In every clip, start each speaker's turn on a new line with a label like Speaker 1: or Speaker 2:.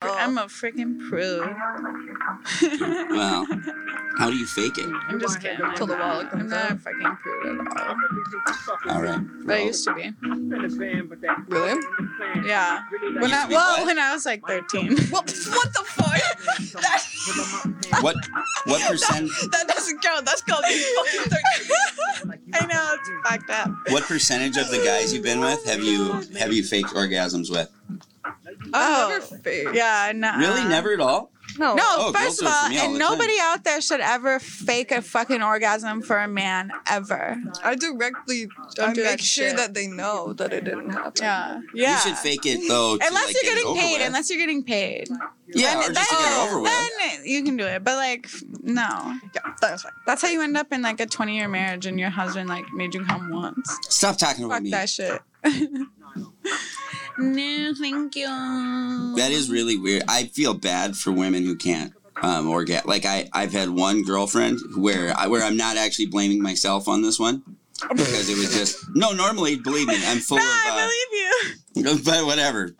Speaker 1: I'm a freaking pro.
Speaker 2: Wow. How do you fake it?
Speaker 1: I'm just kidding.
Speaker 3: Till the wall
Speaker 1: I'm
Speaker 3: comes
Speaker 1: not a
Speaker 3: out.
Speaker 1: fucking prude at all.
Speaker 2: All right.
Speaker 1: But I
Speaker 2: Well,
Speaker 1: used to be.
Speaker 3: Really?
Speaker 1: Yeah. When
Speaker 2: used
Speaker 1: I
Speaker 2: to be
Speaker 1: well,
Speaker 2: what?
Speaker 1: when I was like 13.
Speaker 3: What? What the fuck?
Speaker 2: what what percent
Speaker 3: That doesn't count. That's called being fucking thirteen.
Speaker 1: I know it's fucked up.
Speaker 2: what percentage of the guys you've been with have you have you faked orgasms with?
Speaker 1: Oh.
Speaker 3: Never fake.
Speaker 1: Yeah. No.
Speaker 2: Really? Never at all?
Speaker 3: No.
Speaker 1: No,
Speaker 2: Oh, girls
Speaker 1: first
Speaker 2: do
Speaker 1: of
Speaker 2: it for
Speaker 1: all,
Speaker 2: me all
Speaker 1: and
Speaker 2: the time.
Speaker 1: nobody out there should ever fake a fucking orgasm for a man ever.
Speaker 3: I directly.
Speaker 1: Don't
Speaker 3: I
Speaker 1: do
Speaker 3: make
Speaker 1: that
Speaker 3: sure
Speaker 1: shit.
Speaker 3: that they know that it didn't happen.
Speaker 1: Yeah. Yeah.
Speaker 2: You should fake it though. to,
Speaker 1: unless
Speaker 2: like,
Speaker 1: you're
Speaker 2: get it
Speaker 1: getting
Speaker 2: over
Speaker 1: paid,
Speaker 2: with.
Speaker 1: unless you're getting paid.
Speaker 2: yeah,
Speaker 1: then,
Speaker 2: or just to get it over with.
Speaker 1: then you can do it. But like, f- no.
Speaker 3: Yeah, that's fine.
Speaker 1: That's how you end up in like a 20 year marriage and your husband like made you come once.
Speaker 2: Stop talking about
Speaker 1: Fuck
Speaker 2: me.
Speaker 1: that shit. no, thank you.
Speaker 2: That is really weird. I feel bad for women who can't um, or get like I I've had one girlfriend where I where I'm not actually blaming myself on this one because it was just no. Normally, believe me, I'm full
Speaker 1: No,
Speaker 2: of uh,
Speaker 1: I believe you.
Speaker 2: but whatever.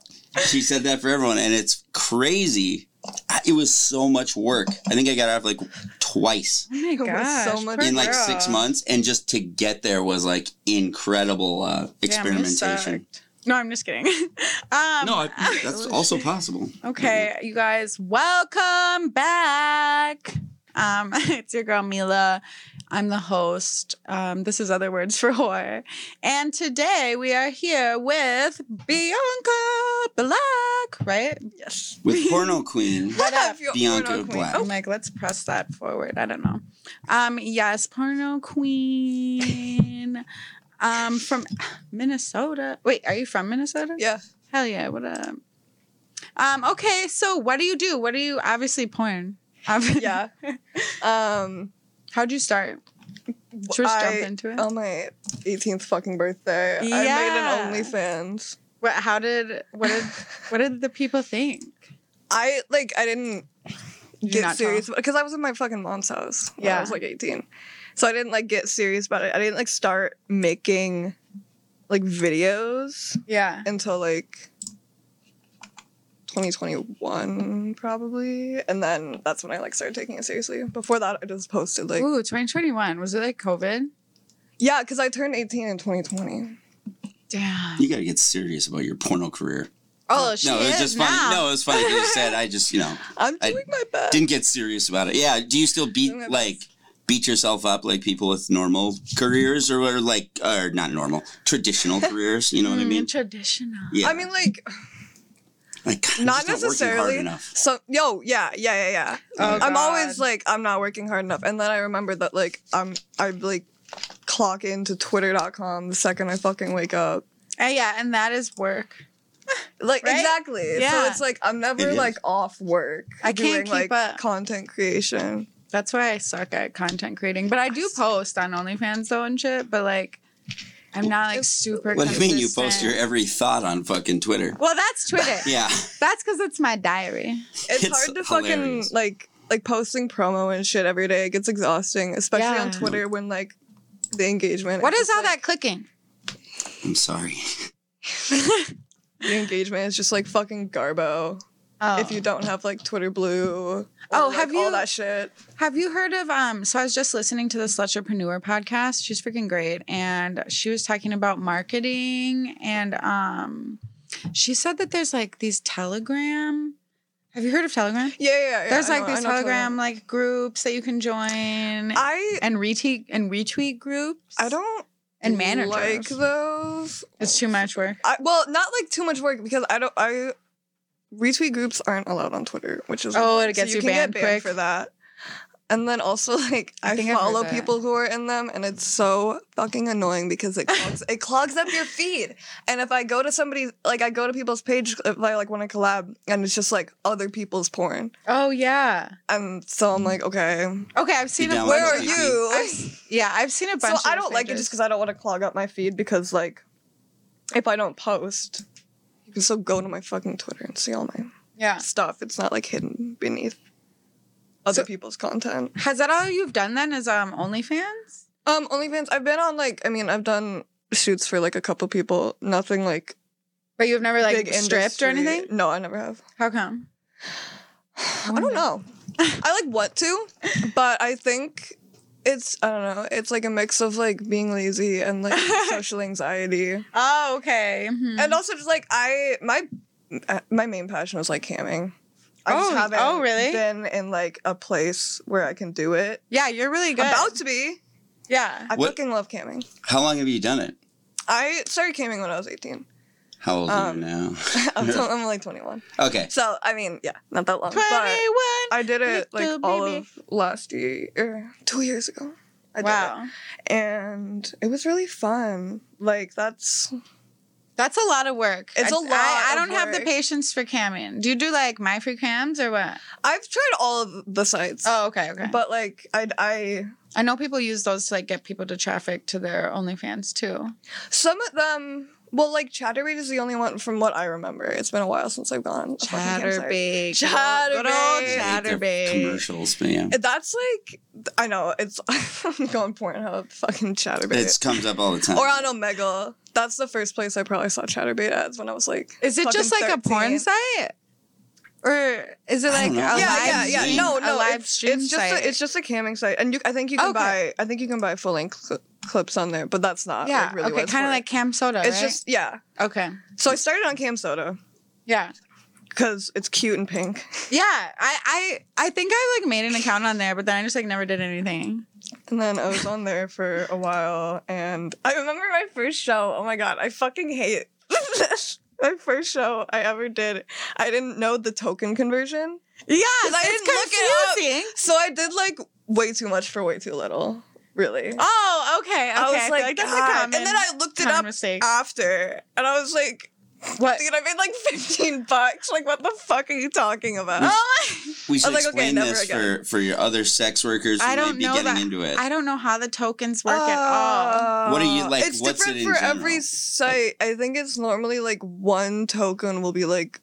Speaker 2: She said that for everyone, and it's crazy. I- It was so much work. I think I got out of like twice
Speaker 1: Oh my
Speaker 3: It was
Speaker 1: gosh.
Speaker 3: so much- uh,
Speaker 1: poor
Speaker 2: in like six
Speaker 1: girl.
Speaker 2: months, and just to get there was like incredible uh,
Speaker 1: Damn, you
Speaker 2: experimentation.
Speaker 1: sucked. No, I'm just kidding. um,
Speaker 2: no, I, that's also possible.
Speaker 1: Okay, you guys, welcome back. Um, it's your girl Mila. I'm the host. Um, this is Other Words for Whore. And today we are here with Bianca Black, right?
Speaker 3: Yes.
Speaker 2: With porno queen,
Speaker 1: What up?
Speaker 3: If you're
Speaker 2: Bianca
Speaker 3: porno queen.
Speaker 2: Black.
Speaker 1: I'm like, let's press that forward. I don't know. Um, yes, porno queen. Um, from Minnesota. Wait, are you from Minnesota?
Speaker 3: Yeah.
Speaker 1: Hell yeah, what up? Um, okay, so what do you do? What do you obviously porn? Ob-
Speaker 3: Yeah. Um.
Speaker 1: How'd you start? Should we just
Speaker 3: I-
Speaker 1: jump into it?
Speaker 3: On my 18th fucking birthday, I
Speaker 1: Yeah.
Speaker 3: made an OnlyFans.
Speaker 1: what how did what did what did the people think?
Speaker 3: I like I didn't
Speaker 1: Did you
Speaker 3: get
Speaker 1: not
Speaker 3: serious because I was in my fucking mom's house when
Speaker 1: Yeah.
Speaker 3: I was like 18. So I didn't like get serious about it. I didn't like start making like videos
Speaker 1: Yeah.
Speaker 3: until like 2021 probably and then that's when I like started taking it seriously. Before that I just posted like
Speaker 1: Ooh, 2021. Was it like COVID?
Speaker 3: yeah, cuz I turned 18 in 2020.
Speaker 1: Damn.
Speaker 2: You gotta get serious about your porno career.
Speaker 1: Oh, she
Speaker 2: no, it was
Speaker 1: is
Speaker 2: just funny.
Speaker 1: now.
Speaker 2: No, it was funny. It was sad. I just you know
Speaker 3: I'm
Speaker 2: I
Speaker 3: doing my best.
Speaker 2: didn't get serious about it. Yeah. Do you still beat
Speaker 3: Doing my best.
Speaker 2: like beat yourself up like people with normal careers or, or like or not normal traditional careers? You know what I
Speaker 1: Mm,
Speaker 2: mean?
Speaker 1: Traditional.
Speaker 2: Yeah.
Speaker 3: I mean like
Speaker 2: like, God, I'm
Speaker 3: not
Speaker 2: just working hard
Speaker 3: necessarily.
Speaker 2: enough.
Speaker 3: so yo, yeah, yeah, yeah, yeah.
Speaker 1: Oh,
Speaker 3: I'm always
Speaker 1: God.
Speaker 3: like, I'm not working hard enough. And then I remember that like I'm I like clock into twitter.com the second I fucking wake up.
Speaker 1: Uh, yeah, and that is work.
Speaker 3: Like
Speaker 1: Right?
Speaker 3: exactly.
Speaker 1: Yeah.
Speaker 3: So it's like I'm never
Speaker 2: It is.
Speaker 3: like off work.
Speaker 1: I can't keep
Speaker 3: like
Speaker 1: up.
Speaker 3: content creation.
Speaker 1: That's why I suck at content creating. But I do post on OnlyFans though and shit. But like, I'm not like
Speaker 3: It's-
Speaker 1: super.
Speaker 2: What do you mean you post your
Speaker 1: consistent.
Speaker 2: every thought on fucking Twitter?
Speaker 1: Well, that's Twitter.
Speaker 2: Yeah.
Speaker 1: That's because it's my diary.
Speaker 3: It's,
Speaker 2: It's
Speaker 3: hard to
Speaker 2: hilarious.
Speaker 3: fucking like like posting promo and shit every day. It gets exhausting, especially
Speaker 1: Yeah.
Speaker 3: on Twitter when like the engagement
Speaker 1: What
Speaker 3: it's
Speaker 1: is all
Speaker 3: like,
Speaker 1: that clicking?
Speaker 2: I'm sorry.
Speaker 3: the engagement is just like fucking garbo
Speaker 1: Oh.
Speaker 3: if you don't have like Twitter blue or,
Speaker 1: Oh,
Speaker 3: like,
Speaker 1: have you-
Speaker 3: all that shit.
Speaker 1: Have you heard of um so I was just listening to the Slutcherpreneur podcast. She's freaking great and she was talking about marketing and um she said that there's like these Telegram Have you heard of Telegram?
Speaker 3: Yeah, yeah, yeah.
Speaker 1: there's
Speaker 3: I
Speaker 1: like
Speaker 3: know- I
Speaker 1: these
Speaker 3: know Twitter.
Speaker 1: Telegram like groups that you can join
Speaker 3: I
Speaker 1: and retweet and retweet groups.
Speaker 3: I don't
Speaker 1: and managers.
Speaker 3: like those.
Speaker 1: it's too much work.
Speaker 3: I, well, not like too much work because I don't. I retweet groups aren't allowed on Twitter, which is
Speaker 1: Oh, it
Speaker 3: annoying.
Speaker 1: gets you
Speaker 3: can
Speaker 1: banned
Speaker 3: get
Speaker 1: quick.
Speaker 3: for that. And then also like
Speaker 1: I
Speaker 3: I,
Speaker 1: think I've heard
Speaker 3: follow
Speaker 1: that.
Speaker 3: people who are in them, and it's so fucking annoying because it clogs, it clogs up your feed. And if I go to somebody's like I go to people's page if I like want to collab, and it's just like other people's porn,
Speaker 1: Oh yeah.
Speaker 3: and so I'm like, okay,
Speaker 1: Okay, I've seen
Speaker 2: download
Speaker 1: a
Speaker 3: where
Speaker 2: it?
Speaker 3: are
Speaker 2: I've-
Speaker 3: you?
Speaker 1: yeah, I've seen a bunch
Speaker 3: So
Speaker 1: of
Speaker 3: I
Speaker 1: those
Speaker 3: don't like it just
Speaker 1: pages.
Speaker 3: because I don't want to clog up my feed because like if I don't post, you can still go to my fucking Twitter and see all my
Speaker 1: Yeah.
Speaker 3: stuff. It's not like hidden beneath other
Speaker 1: So-
Speaker 3: people's content.
Speaker 1: Has that all you've done then is um OnlyFans?
Speaker 3: Um, OnlyFans, I've been on like I mean, I've done shoots for like a couple people. Nothing like,
Speaker 1: But you've never like
Speaker 3: big
Speaker 1: stripped or
Speaker 3: industry.
Speaker 1: anything?
Speaker 3: No, I never have.
Speaker 1: How come?
Speaker 3: I don't know. I like want to, but I think it's I don't know. It's like a mix of like being lazy and like social anxiety,
Speaker 1: Oh, okay. Mhm.
Speaker 3: and also just like I my uh, my main passion was like camming. I
Speaker 1: Oh,
Speaker 3: just haven't
Speaker 1: oh, really?
Speaker 3: been in like a place where I can do it.
Speaker 1: yeah, you're really good.
Speaker 3: About to be.
Speaker 1: yeah.
Speaker 3: I
Speaker 2: What-
Speaker 3: fucking love camming.
Speaker 2: How long have you done it?
Speaker 3: I started camming when I was 18.
Speaker 2: How old are you
Speaker 3: Um,
Speaker 2: now?
Speaker 3: I'm, t- I'm like 21.
Speaker 2: okay.
Speaker 3: So, I mean, yeah, not that long. But
Speaker 1: 21.
Speaker 3: I did it
Speaker 1: Little
Speaker 3: like all
Speaker 1: baby.
Speaker 3: of last year, or two years ago. I did
Speaker 1: wow.
Speaker 3: it. And it was really fun. Like, that's.
Speaker 1: That's a lot of work.
Speaker 3: It's
Speaker 1: I-
Speaker 3: a lot
Speaker 1: I, I
Speaker 3: of
Speaker 1: don't have the
Speaker 3: work.
Speaker 1: patience for camming. Do you do like my free cams or what?
Speaker 3: I've tried all of the sites.
Speaker 1: Oh, okay, okay. But
Speaker 3: But, like, I, I.
Speaker 1: I know people use those to like get people to traffic to their OnlyFans too.
Speaker 3: Some of them. Well, like, Chatterbait is the only one from what I remember. It's been a while since I've gone. a fucking campsite.
Speaker 1: Chatterbait. Good old
Speaker 3: Chatterbait.
Speaker 2: I hate their
Speaker 1: Chatterbait.
Speaker 2: Commercials, but yeah.
Speaker 3: That's like. I know. It's. I'm going Pornhub, fucking Chatterbait.
Speaker 2: It comes up all the time.
Speaker 3: or on Omega. That's the first place I probably saw Chatterbait ads when I was like.
Speaker 1: Is it just like
Speaker 3: fucking
Speaker 1: a porn
Speaker 3: 13.
Speaker 1: site? Or is it
Speaker 2: I
Speaker 1: like a
Speaker 2: don't know.
Speaker 1: live
Speaker 3: Yeah, yeah, yeah.
Speaker 1: stream?
Speaker 3: No,
Speaker 1: a
Speaker 3: no.
Speaker 1: live
Speaker 3: it's,
Speaker 1: stream
Speaker 3: it's just
Speaker 1: site?
Speaker 3: a, it's just a camming site, and you, I think you can
Speaker 1: Okay.
Speaker 3: buy. I think you can buy full length cl- clips on there, but that's not.
Speaker 1: yeah,
Speaker 3: like, really what
Speaker 1: okay,
Speaker 3: it's
Speaker 1: kind of
Speaker 3: for.
Speaker 1: like cam soda.
Speaker 3: It's
Speaker 1: right?
Speaker 3: just yeah.
Speaker 1: okay.
Speaker 3: So I started on Cam Soda
Speaker 1: Yeah,
Speaker 3: because it's cute and pink.
Speaker 1: yeah. I, I, I think I like made an account on there, but then I just like never did anything.
Speaker 3: And then I was on there for a while, and I remember my first show. Oh my god, I fucking hate this. My first show I ever did. I didn't know the token conversion.
Speaker 1: Yeah,
Speaker 3: I
Speaker 1: it's
Speaker 3: didn't look it up.
Speaker 1: confusing.
Speaker 3: So I did like way too much for way too little. Really.
Speaker 1: Oh, okay. okay.
Speaker 3: I was
Speaker 1: feel
Speaker 3: like,
Speaker 1: that's a
Speaker 3: "God."
Speaker 1: common-
Speaker 3: and then I looked it
Speaker 1: common
Speaker 3: up
Speaker 1: mistake.
Speaker 3: after, and I was like,
Speaker 1: What?
Speaker 3: dude, I made like 15 bucks. Like, what the fuck are you talking about?
Speaker 1: Oh
Speaker 2: we should
Speaker 3: like, okay,
Speaker 2: explain
Speaker 3: never
Speaker 2: this
Speaker 3: again.
Speaker 2: for, for your other sex workers who
Speaker 1: I
Speaker 2: may
Speaker 1: don't
Speaker 2: be
Speaker 1: know
Speaker 2: getting
Speaker 1: that.
Speaker 2: into it.
Speaker 1: I don't know how the tokens work at
Speaker 3: Oh.
Speaker 1: all.
Speaker 2: What are you- like,
Speaker 3: Uh, It's
Speaker 2: what's it
Speaker 3: different
Speaker 2: in
Speaker 3: for every
Speaker 2: general?
Speaker 3: site. I think it's normally like one token will be like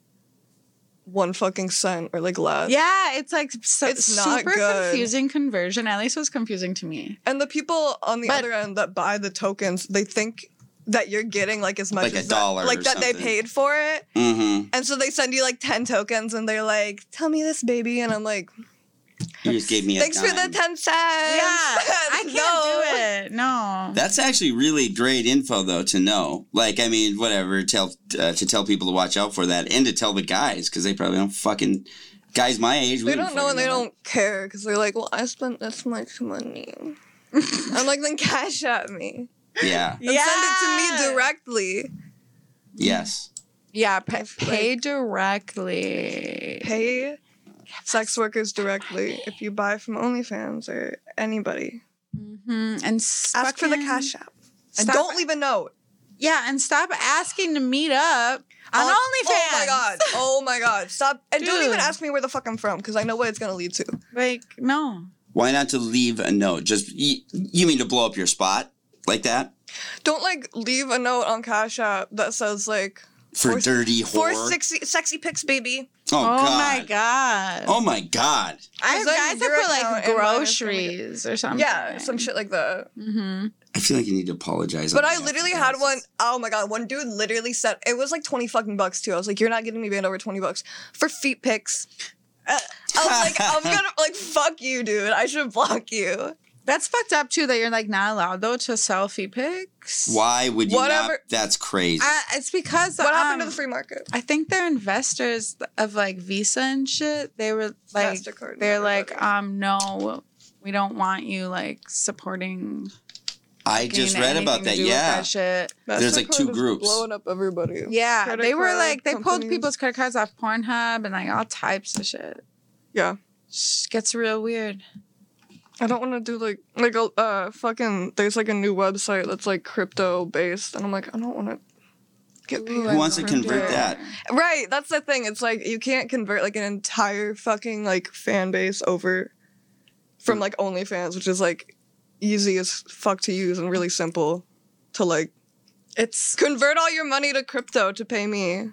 Speaker 3: one fucking cent or like less.
Speaker 1: Yeah, it's like so,
Speaker 3: It's not
Speaker 1: super
Speaker 3: good.
Speaker 1: confusing conversion. At least it was confusing to me.
Speaker 3: And the people on the
Speaker 1: But-
Speaker 3: other end that buy the tokens, they think that you're getting like as much
Speaker 2: Like a
Speaker 3: as
Speaker 2: dollar or
Speaker 3: that, like that they
Speaker 2: something.
Speaker 3: paid for it.
Speaker 2: mm-hmm.
Speaker 3: And so they send you like 10 tokens and they're like, tell me this, baby. And I'm like,
Speaker 2: You just gave me a
Speaker 3: thanks for the
Speaker 2: dime.
Speaker 3: 10 cents. Yeah,
Speaker 1: I can't do it. No.
Speaker 2: That's actually really great info, though, to know. Like, I mean, whatever, tell uh, to tell people to watch out for that, and to tell the guys because they probably don't fucking guys my age. we
Speaker 3: They don't know
Speaker 2: fucking
Speaker 3: and they don't care because they're like, well, I spent this much money. I'm like, then cash at me.
Speaker 2: Yeah.
Speaker 3: And send it to me directly.
Speaker 2: Yes.
Speaker 1: Yeah, pa- pay directly.
Speaker 3: Pay sex workers directly if you buy from OnlyFans or anybody.
Speaker 1: Mhm, And
Speaker 3: Ask for the
Speaker 1: fucking-
Speaker 3: cash app. And
Speaker 1: stop-
Speaker 3: don't leave a note.
Speaker 1: Yeah, and stop asking to meet up on
Speaker 3: I'll-
Speaker 1: OnlyFans.
Speaker 3: Oh my god. Oh my god. Stop. And don't even
Speaker 1: Dude.
Speaker 3: ask me where the fuck I'm from because I know what it's going to lead to.
Speaker 1: Like no.
Speaker 2: Why not to leave a note? Just you, you mean to blow up your spot like that
Speaker 3: Don't like leave a note on Cash App that says like
Speaker 2: for
Speaker 3: For-
Speaker 2: dirty
Speaker 3: for
Speaker 2: whore?
Speaker 3: sexy sexy pics, baby.
Speaker 2: Oh,
Speaker 1: Oh,
Speaker 2: god.
Speaker 1: my god.
Speaker 2: Oh my god.
Speaker 1: I have
Speaker 3: Then
Speaker 1: guys that
Speaker 3: your
Speaker 1: put like
Speaker 3: account and mine is gonna be-
Speaker 1: groceries or something.
Speaker 3: Yeah, some shit like that.
Speaker 1: Mm-hmm.
Speaker 2: I feel like you need to apologize.
Speaker 3: But
Speaker 2: on
Speaker 3: I
Speaker 2: behalf
Speaker 3: literally
Speaker 2: of
Speaker 3: had
Speaker 2: guys.
Speaker 3: one oh my god, one dude literally said it was like twenty fucking bucks too. I was like, you're not getting me banned over twenty bucks for feet pics. Uh, I was like, I'm gonna like fuck you, dude. I should block you.
Speaker 1: That's fucked up too that you're like not allowed though to selfie pics.
Speaker 2: Why would you? Not?
Speaker 3: Whatever.
Speaker 2: That's crazy.
Speaker 1: Uh, it's because
Speaker 3: What happened to
Speaker 1: um,
Speaker 3: the free market?
Speaker 1: I think they're investors of like Visa and shit. They were like,
Speaker 3: Mastercard and
Speaker 1: they're like,
Speaker 3: everybody.
Speaker 1: um, no, we don't want you like supporting.
Speaker 2: I just
Speaker 1: anything
Speaker 2: read about
Speaker 1: to
Speaker 2: that.
Speaker 1: do with
Speaker 2: Yeah.
Speaker 1: that shit.
Speaker 2: there's, like,
Speaker 3: MasterCard
Speaker 2: two
Speaker 3: is
Speaker 2: groups.
Speaker 3: blowing up everybody.
Speaker 1: Yeah,
Speaker 3: Credit
Speaker 1: they were
Speaker 3: card
Speaker 1: like they pulled
Speaker 3: companies.
Speaker 1: people's credit cards off Pornhub and like all types of shit.
Speaker 3: Yeah.
Speaker 1: Shh, gets real weird.
Speaker 3: I don't want to do like like a uh, fucking. There's like a new website that's like crypto based, and I'm like, I don't want to get paid.
Speaker 1: Ooh,
Speaker 2: Who
Speaker 1: I
Speaker 2: wants to
Speaker 1: don't
Speaker 2: convert
Speaker 1: do it.
Speaker 2: that?
Speaker 3: Right, that's the thing. It's like you can't convert like an entire fucking like fan base over from like OnlyFans, which is like easy as fuck to use and really simple to like
Speaker 1: It's
Speaker 3: convert all your money to crypto to pay me,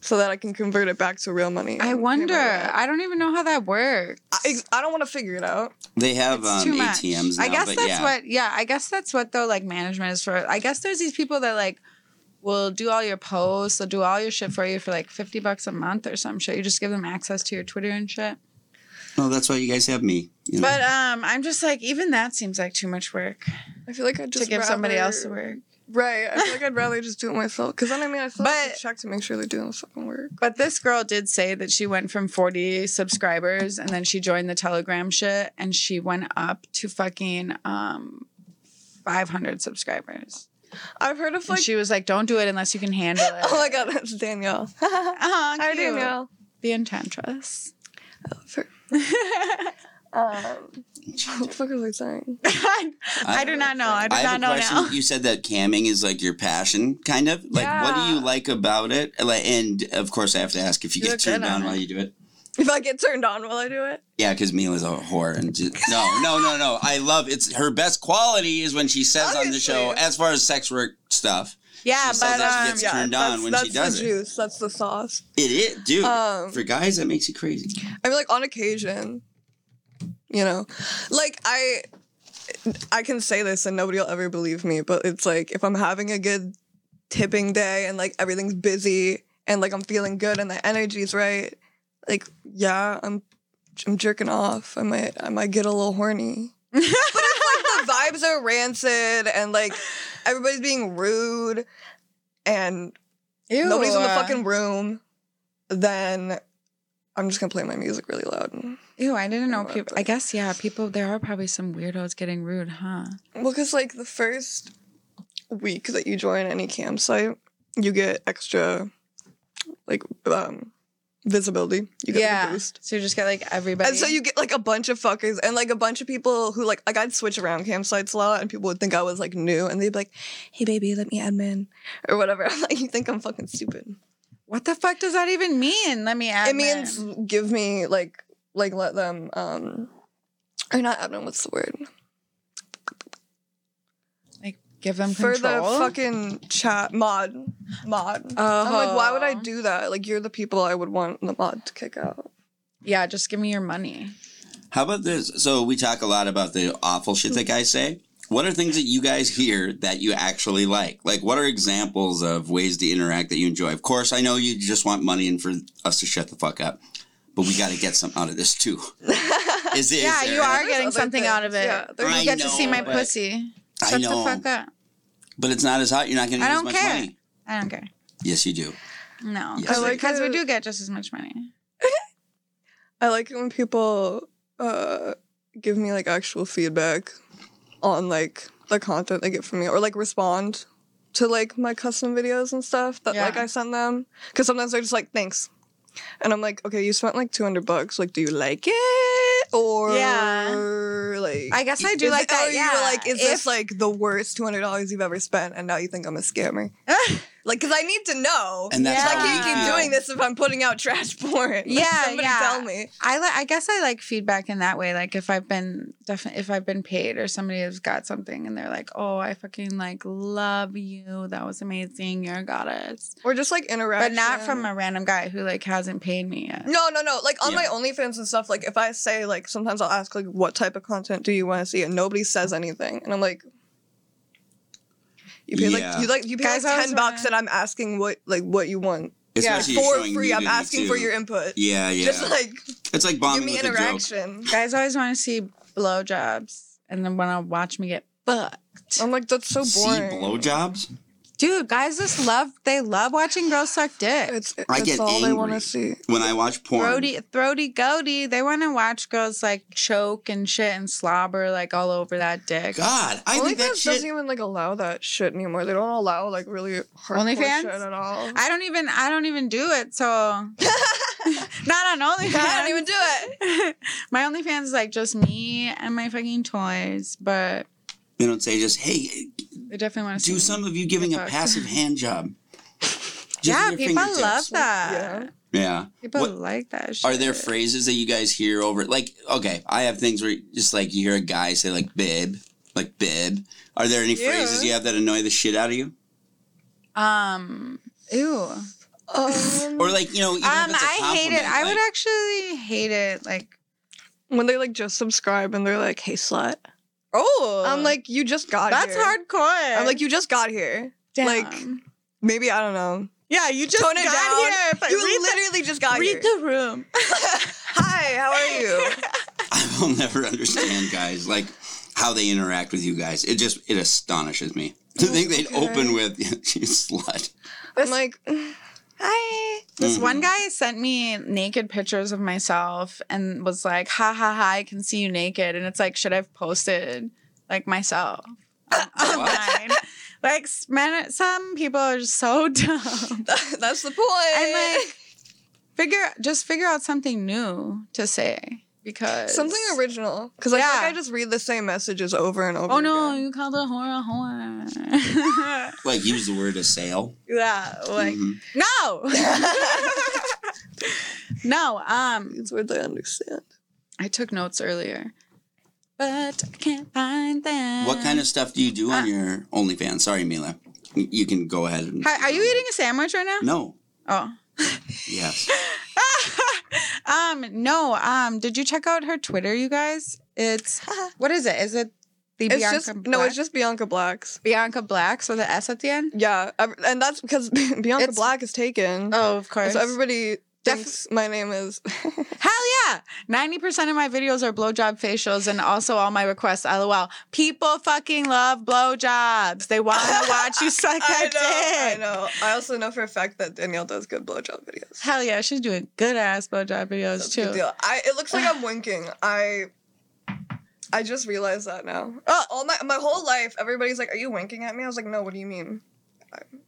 Speaker 3: so that I can convert it back to real
Speaker 1: I
Speaker 3: money. and pay my
Speaker 1: wonder.
Speaker 3: rent.
Speaker 1: I don't even know how that works.
Speaker 3: I, I don't want to figure it out.
Speaker 2: They have
Speaker 1: It's
Speaker 2: um, ATMs now.
Speaker 1: I guess
Speaker 2: but
Speaker 1: that's
Speaker 2: yeah.
Speaker 1: what. Yeah, I guess that's what though. Like management is for. I guess there's these people that like will do all your posts, they'll do all your shit for you for like fifty bucks a month or some shit. You just give them access to your Twitter and shit.
Speaker 2: No, that's why you guys have me. You know?
Speaker 1: But um, I'm just like, even that seems like too much work
Speaker 3: I feel like I'd just
Speaker 1: to give somebody else the
Speaker 3: rather-
Speaker 1: work.
Speaker 3: Right. I feel like I'd rather just do it myself. Because then, I mean, I still have
Speaker 1: But-
Speaker 3: to check to make sure they're doing the fucking work.
Speaker 1: But this girl did say that she went from 40 subscribers and then she joined the Telegram shit and she went up to fucking um 500 subscribers.
Speaker 3: I've heard of
Speaker 1: and
Speaker 3: like.
Speaker 1: she was like, "Don't do it unless you can handle it."
Speaker 3: oh my god, that's Danielle.
Speaker 1: Aw,
Speaker 3: Hi,
Speaker 1: cute.
Speaker 3: Danielle.
Speaker 1: The enchantress.
Speaker 3: I love her. Um, what the fuck was I saying?
Speaker 1: I, do not know. I do
Speaker 2: I
Speaker 1: not
Speaker 2: have a
Speaker 1: know
Speaker 2: question.
Speaker 1: now.
Speaker 2: You said that camming is like your passion, kind of. Like, what do
Speaker 1: Yeah.
Speaker 2: you like about it? Like, and of course, I have to ask if you
Speaker 1: You
Speaker 2: get
Speaker 1: look good
Speaker 2: turned
Speaker 1: on
Speaker 2: on
Speaker 1: it.
Speaker 2: while you do it.
Speaker 3: If I get turned on while I do it.
Speaker 2: Yeah, because Mila's a whore, and just, no, no, no, no. I love it's her best quality is when she says on the show,
Speaker 3: Obviously.
Speaker 2: as far as sex work stuff,
Speaker 1: Yeah,
Speaker 2: She says
Speaker 1: but
Speaker 2: that she
Speaker 1: um,
Speaker 2: gets- turned on
Speaker 3: that's-
Speaker 2: when
Speaker 3: that's
Speaker 2: she does
Speaker 3: the
Speaker 2: it.
Speaker 3: juice. That's the sauce.
Speaker 2: it is, dude.
Speaker 3: Um,
Speaker 2: for guys, that makes you crazy.
Speaker 3: I mean, like on occasion, you know, like I, I can say this and nobody will ever believe me, but it's like if I'm having a good tipping day and like everything's busy and like I'm feeling good and the energy's right, like yeah, I'm, I'm jerking off. I might, I might get a little horny. Like, the vibes are rancid and like everybody's being rude and
Speaker 1: Ew. uh,
Speaker 3: nobody's in the fucking room, then I'm just gonna play my music really loud. And,
Speaker 1: Ew, I didn't know
Speaker 3: Or
Speaker 1: people. I
Speaker 3: like-
Speaker 1: guess yeah, people. There are probably some weirdos getting rude, huh?
Speaker 3: well, because like the first week that you join any campsite, you get extra like um, visibility. You get like, a boost.
Speaker 1: So you just get like everybody.
Speaker 3: And so you get like a bunch of fuckers and like a bunch of people who like like I'd switch around campsites a lot and people would think I was like new and they'd be like, "Hey baby, let me admin or whatever." I'm like, "You think I'm fucking stupid?"
Speaker 1: What the fuck does that even mean? Let me add.
Speaker 3: it means give me like like let them um or not admin what's the word
Speaker 1: like give them
Speaker 3: for the
Speaker 1: control.
Speaker 3: fucking chat mod mod i'm like why would i
Speaker 1: Uh-huh.
Speaker 3: do that like you're the people i would want the mod to kick out
Speaker 1: Yeah, just give me your money.
Speaker 2: How about this? So we talk a lot about the awful shit that guys say. What are things that you guys hear that you actually like? Like, what are examples of ways to interact that you enjoy? Of course, I know you just want money and for us to shut the fuck up, but we got to get some out of this too. Is it?
Speaker 1: yeah, you are
Speaker 3: There's
Speaker 1: getting
Speaker 3: other
Speaker 1: something out of it.
Speaker 3: things, yeah,
Speaker 1: you
Speaker 3: there's-
Speaker 2: I
Speaker 1: get to see
Speaker 2: know,
Speaker 1: my
Speaker 2: but-
Speaker 1: pussy.
Speaker 2: I
Speaker 1: Shut
Speaker 2: know.
Speaker 1: the fuck up.
Speaker 2: But it's not as hot. You're not going to
Speaker 1: I
Speaker 2: get as
Speaker 1: don't
Speaker 2: much
Speaker 1: care.
Speaker 2: money.
Speaker 1: I don't care.
Speaker 2: Yes, you do.
Speaker 1: No,
Speaker 2: Yes,
Speaker 1: because
Speaker 2: I do.
Speaker 1: because we do get just as much money.
Speaker 3: i like it when people uh give me like actual feedback on like the content they get from me or like respond to like my custom videos and stuff that like
Speaker 1: Yeah.
Speaker 3: i send them because sometimes they're just like thanks and i'm like okay you spent like 200 bucks like do you like it or
Speaker 1: Yeah.
Speaker 3: like
Speaker 1: I guess I do
Speaker 3: is
Speaker 1: like
Speaker 3: it-
Speaker 1: that.
Speaker 3: or
Speaker 1: yeah,
Speaker 3: you're like is
Speaker 1: If-
Speaker 3: this like the worst $200 you've ever spent and now you think i'm a scammer like because i need to know
Speaker 2: And that's
Speaker 1: Yeah.
Speaker 2: how
Speaker 3: i can't
Speaker 2: we
Speaker 3: keep
Speaker 2: feel.
Speaker 3: doing this if i'm putting out trash porn Like,
Speaker 1: Yeah,
Speaker 3: somebody
Speaker 1: yeah.
Speaker 3: tell me
Speaker 1: I li- I guess I like feedback in that way. Like if I've been definitely if I've been paid or somebody has got something and they're like, oh, I fucking like love you. That was amazing. You're a goddess.
Speaker 3: or just like
Speaker 1: But
Speaker 3: interaction
Speaker 1: not from a random guy who like hasn't paid me yet.
Speaker 3: No, no, no. Like on
Speaker 2: Yeah.
Speaker 3: my OnlyFans and stuff, like if I say like sometimes I'll ask like what type of content do you want to see and nobody says anything and I'm like you pay
Speaker 2: Yeah.
Speaker 3: like you like you pay
Speaker 1: Guys
Speaker 3: like
Speaker 1: always
Speaker 3: ten bucks
Speaker 1: wanna-
Speaker 3: and I'm asking what like what you want.
Speaker 1: Yeah.
Speaker 2: Especially
Speaker 3: for
Speaker 2: showing
Speaker 3: free. I'm
Speaker 2: nudity,
Speaker 3: asking for
Speaker 2: too.
Speaker 3: your input.
Speaker 2: Yeah, yeah.
Speaker 3: Just like
Speaker 2: it's like
Speaker 3: give
Speaker 2: bombing
Speaker 3: me
Speaker 2: with a joke.
Speaker 3: interaction.
Speaker 1: Guys always want to see blowjobs and then want to watch me get fucked.
Speaker 3: I'm like, that's so
Speaker 2: See
Speaker 3: boring.
Speaker 2: blowjobs?
Speaker 1: Dude, guys just love they love watching girls suck dick.
Speaker 3: It's, it's
Speaker 2: I get
Speaker 3: all they want
Speaker 2: angry.
Speaker 3: to see.
Speaker 2: When I watch porn,
Speaker 1: Throaty, throaty, goaty. They want to watch girls like choke and shit and slobber like all over that dick.
Speaker 2: God, I think that
Speaker 3: OnlyFans
Speaker 2: shit.
Speaker 3: doesn't even like allow that shit anymore. They don't allow like really hardcore
Speaker 1: OnlyFans?
Speaker 3: shit at all.
Speaker 1: I don't even I don't even do it, so not on OnlyFans.
Speaker 3: I don't even do it.
Speaker 1: it. my OnlyFans is like just me and my fucking toys, but
Speaker 2: They don't say just, hey,
Speaker 1: they definitely want to see
Speaker 2: do
Speaker 1: me.
Speaker 2: some of you giving a
Speaker 1: fuck.
Speaker 2: passive hand job. Just
Speaker 1: Yeah,
Speaker 2: with your
Speaker 1: people
Speaker 2: fingertips.
Speaker 1: love that.
Speaker 3: Yeah.
Speaker 2: Yeah.
Speaker 1: People
Speaker 2: What-
Speaker 1: like that. Shit.
Speaker 2: Are there phrases that you guys hear over? Like, okay, I have things where just like you hear a guy say like "bib," like "bib." Are there any
Speaker 1: Yeah.
Speaker 2: phrases you have that annoy the shit out of you?
Speaker 1: um? Ew.
Speaker 3: Um,
Speaker 2: Or like you know, even
Speaker 1: Um,
Speaker 2: if it's a
Speaker 1: I hate it.
Speaker 2: compliment,
Speaker 1: I would
Speaker 2: like,
Speaker 1: actually hate it. Like,
Speaker 3: when they like just subscribe and they're like, "Hey slut," oh, I'm like, "You just got
Speaker 1: that's
Speaker 3: here."
Speaker 1: hardcore.
Speaker 3: I'm like, "You just got here."
Speaker 1: Damn.
Speaker 3: like, Maybe I don't know.
Speaker 1: yeah, you just
Speaker 3: Tone it down.
Speaker 1: But
Speaker 3: you literally just got
Speaker 1: read
Speaker 3: here.
Speaker 1: the room.
Speaker 3: Hi, how are you?
Speaker 2: I'll never understand guys like how they interact with you guys. It just it astonishes me to think they'd
Speaker 3: Okay.
Speaker 2: open with you slut.
Speaker 3: I'm like, "Mm."
Speaker 1: Hi. This
Speaker 3: Mm-hmm.
Speaker 2: Mhm.
Speaker 1: one guy sent me naked pictures of myself and was like, ha ha ha, I can see you naked. And it's like, should I have posted like myself on- online? like, s- men, some people are just so dumb.
Speaker 3: that's the point.
Speaker 1: And like, figure, just figure out something new to say because
Speaker 3: something original, because I feel
Speaker 1: Yeah.
Speaker 3: like I just read the same messages over and over.
Speaker 1: Oh no,
Speaker 3: again.
Speaker 1: you called a whore a whore.
Speaker 2: Like use the word assail.
Speaker 1: yeah, like
Speaker 3: Mm-hmm.
Speaker 2: Mhm.
Speaker 1: no, no. Um,
Speaker 3: It's words I understand.
Speaker 1: I took notes earlier, but I can't find them.
Speaker 2: What kind of stuff do you do on
Speaker 1: Um, Uh,
Speaker 2: your OnlyFans? Sorry, Mila. You you can go ahead. And,
Speaker 1: Hi, are you eating a sandwich right now?
Speaker 2: No.
Speaker 1: Oh.
Speaker 2: Yes.
Speaker 1: um. No. Um. Did you check out her Twitter, you guys? It's what is it? Is it the
Speaker 3: It's
Speaker 1: Bianca?
Speaker 3: just no,
Speaker 1: Black?
Speaker 3: it's just Bianca Black's.
Speaker 1: Bianca Black. So the S at the end.
Speaker 3: Yeah, ev- and that's because Bianca
Speaker 1: It's-
Speaker 3: Black is taken.
Speaker 1: Oh, of course.
Speaker 3: so everybody
Speaker 1: Def-
Speaker 3: thinks my name is.
Speaker 1: Hell yeah! Ninety percent of my videos are blowjob facials, and also all my requests. LOL. People fucking love blowjobs. They want to watch you suck that dick.
Speaker 3: I know. I also know for a fact that Danielle does good blowjob videos.
Speaker 1: Hell yeah, she's doing good ass blowjob videos
Speaker 3: That's a
Speaker 1: too.
Speaker 3: good deal. I, it looks like I'm winking. I I just realized that now.
Speaker 1: Oh.
Speaker 3: All my my whole life, everybody's like, "Are you winking at me?" I was like, "No. What do you mean?" I'm-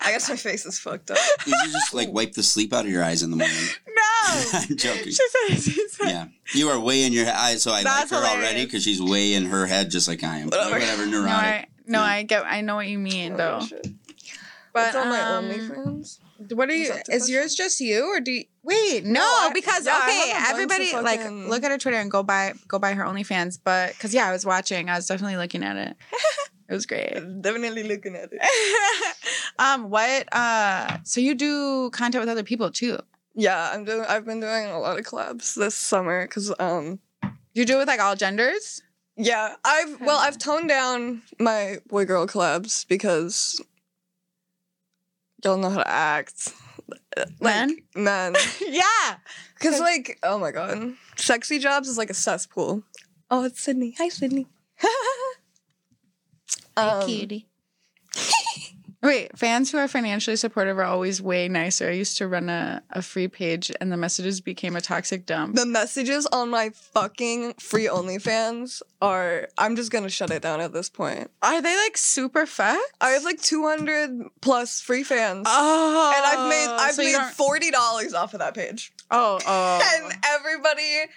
Speaker 3: I guess my face is fucked up.
Speaker 2: Did you just like wipe the sleep out of your eyes in the morning?
Speaker 1: No,
Speaker 2: I'm joking.
Speaker 1: she said, she said
Speaker 2: Yeah, you are way in your head. So I
Speaker 1: That's
Speaker 2: like her already
Speaker 1: hilarious.
Speaker 2: because she's way in her head, just like I am.
Speaker 3: Whatever.
Speaker 2: Whatever,
Speaker 1: No, I,
Speaker 2: neurotic.
Speaker 1: no,
Speaker 2: Yeah.
Speaker 1: I get, I know what you mean though.
Speaker 3: Oh, shit.
Speaker 1: But
Speaker 3: it's on my
Speaker 1: um,
Speaker 3: OnlyFans.
Speaker 1: What are
Speaker 3: Is
Speaker 1: you?
Speaker 3: that the
Speaker 1: Is
Speaker 3: question?
Speaker 1: yours just you, or do you, wait? No,
Speaker 3: I-
Speaker 1: because
Speaker 3: yeah, I
Speaker 1: okay,
Speaker 3: have a bunch
Speaker 1: everybody
Speaker 3: of
Speaker 1: like
Speaker 3: fucking-
Speaker 1: look at her Twitter and go buy go buy her OnlyFans. But because yeah, I was watching, I was definitely looking at it. It was great.
Speaker 3: Definitely looking at it.
Speaker 1: um, what? Uh, so you do content with other people too?
Speaker 3: Yeah, I'm doing. I've been doing a lot of collabs this summer because um
Speaker 1: You do it with like all genders?
Speaker 3: yeah I've well I've toned down my boy girl collabs because y'all know how to act.
Speaker 1: Men?
Speaker 3: men.
Speaker 1: yeah.
Speaker 3: Because, like, oh my god. Sexy jobs is like a cesspool. Oh, it's Sydney. Hi, Sydney. um,
Speaker 1: Wait, fans who are financially supportive are always way nicer. I used to run a, a free page and the messages became a toxic dump.
Speaker 3: The messages on my fucking free OnlyFans are. I'm just gonna shut it down at this point.
Speaker 1: Are they like super fucked?
Speaker 3: I have like 200 plus free fans.
Speaker 1: Oh.
Speaker 3: and I've made I've
Speaker 1: so you
Speaker 3: made
Speaker 1: don't-
Speaker 3: forty dollars off of that page,
Speaker 1: Oh, oh.
Speaker 2: Uh-huh.
Speaker 3: and everybody,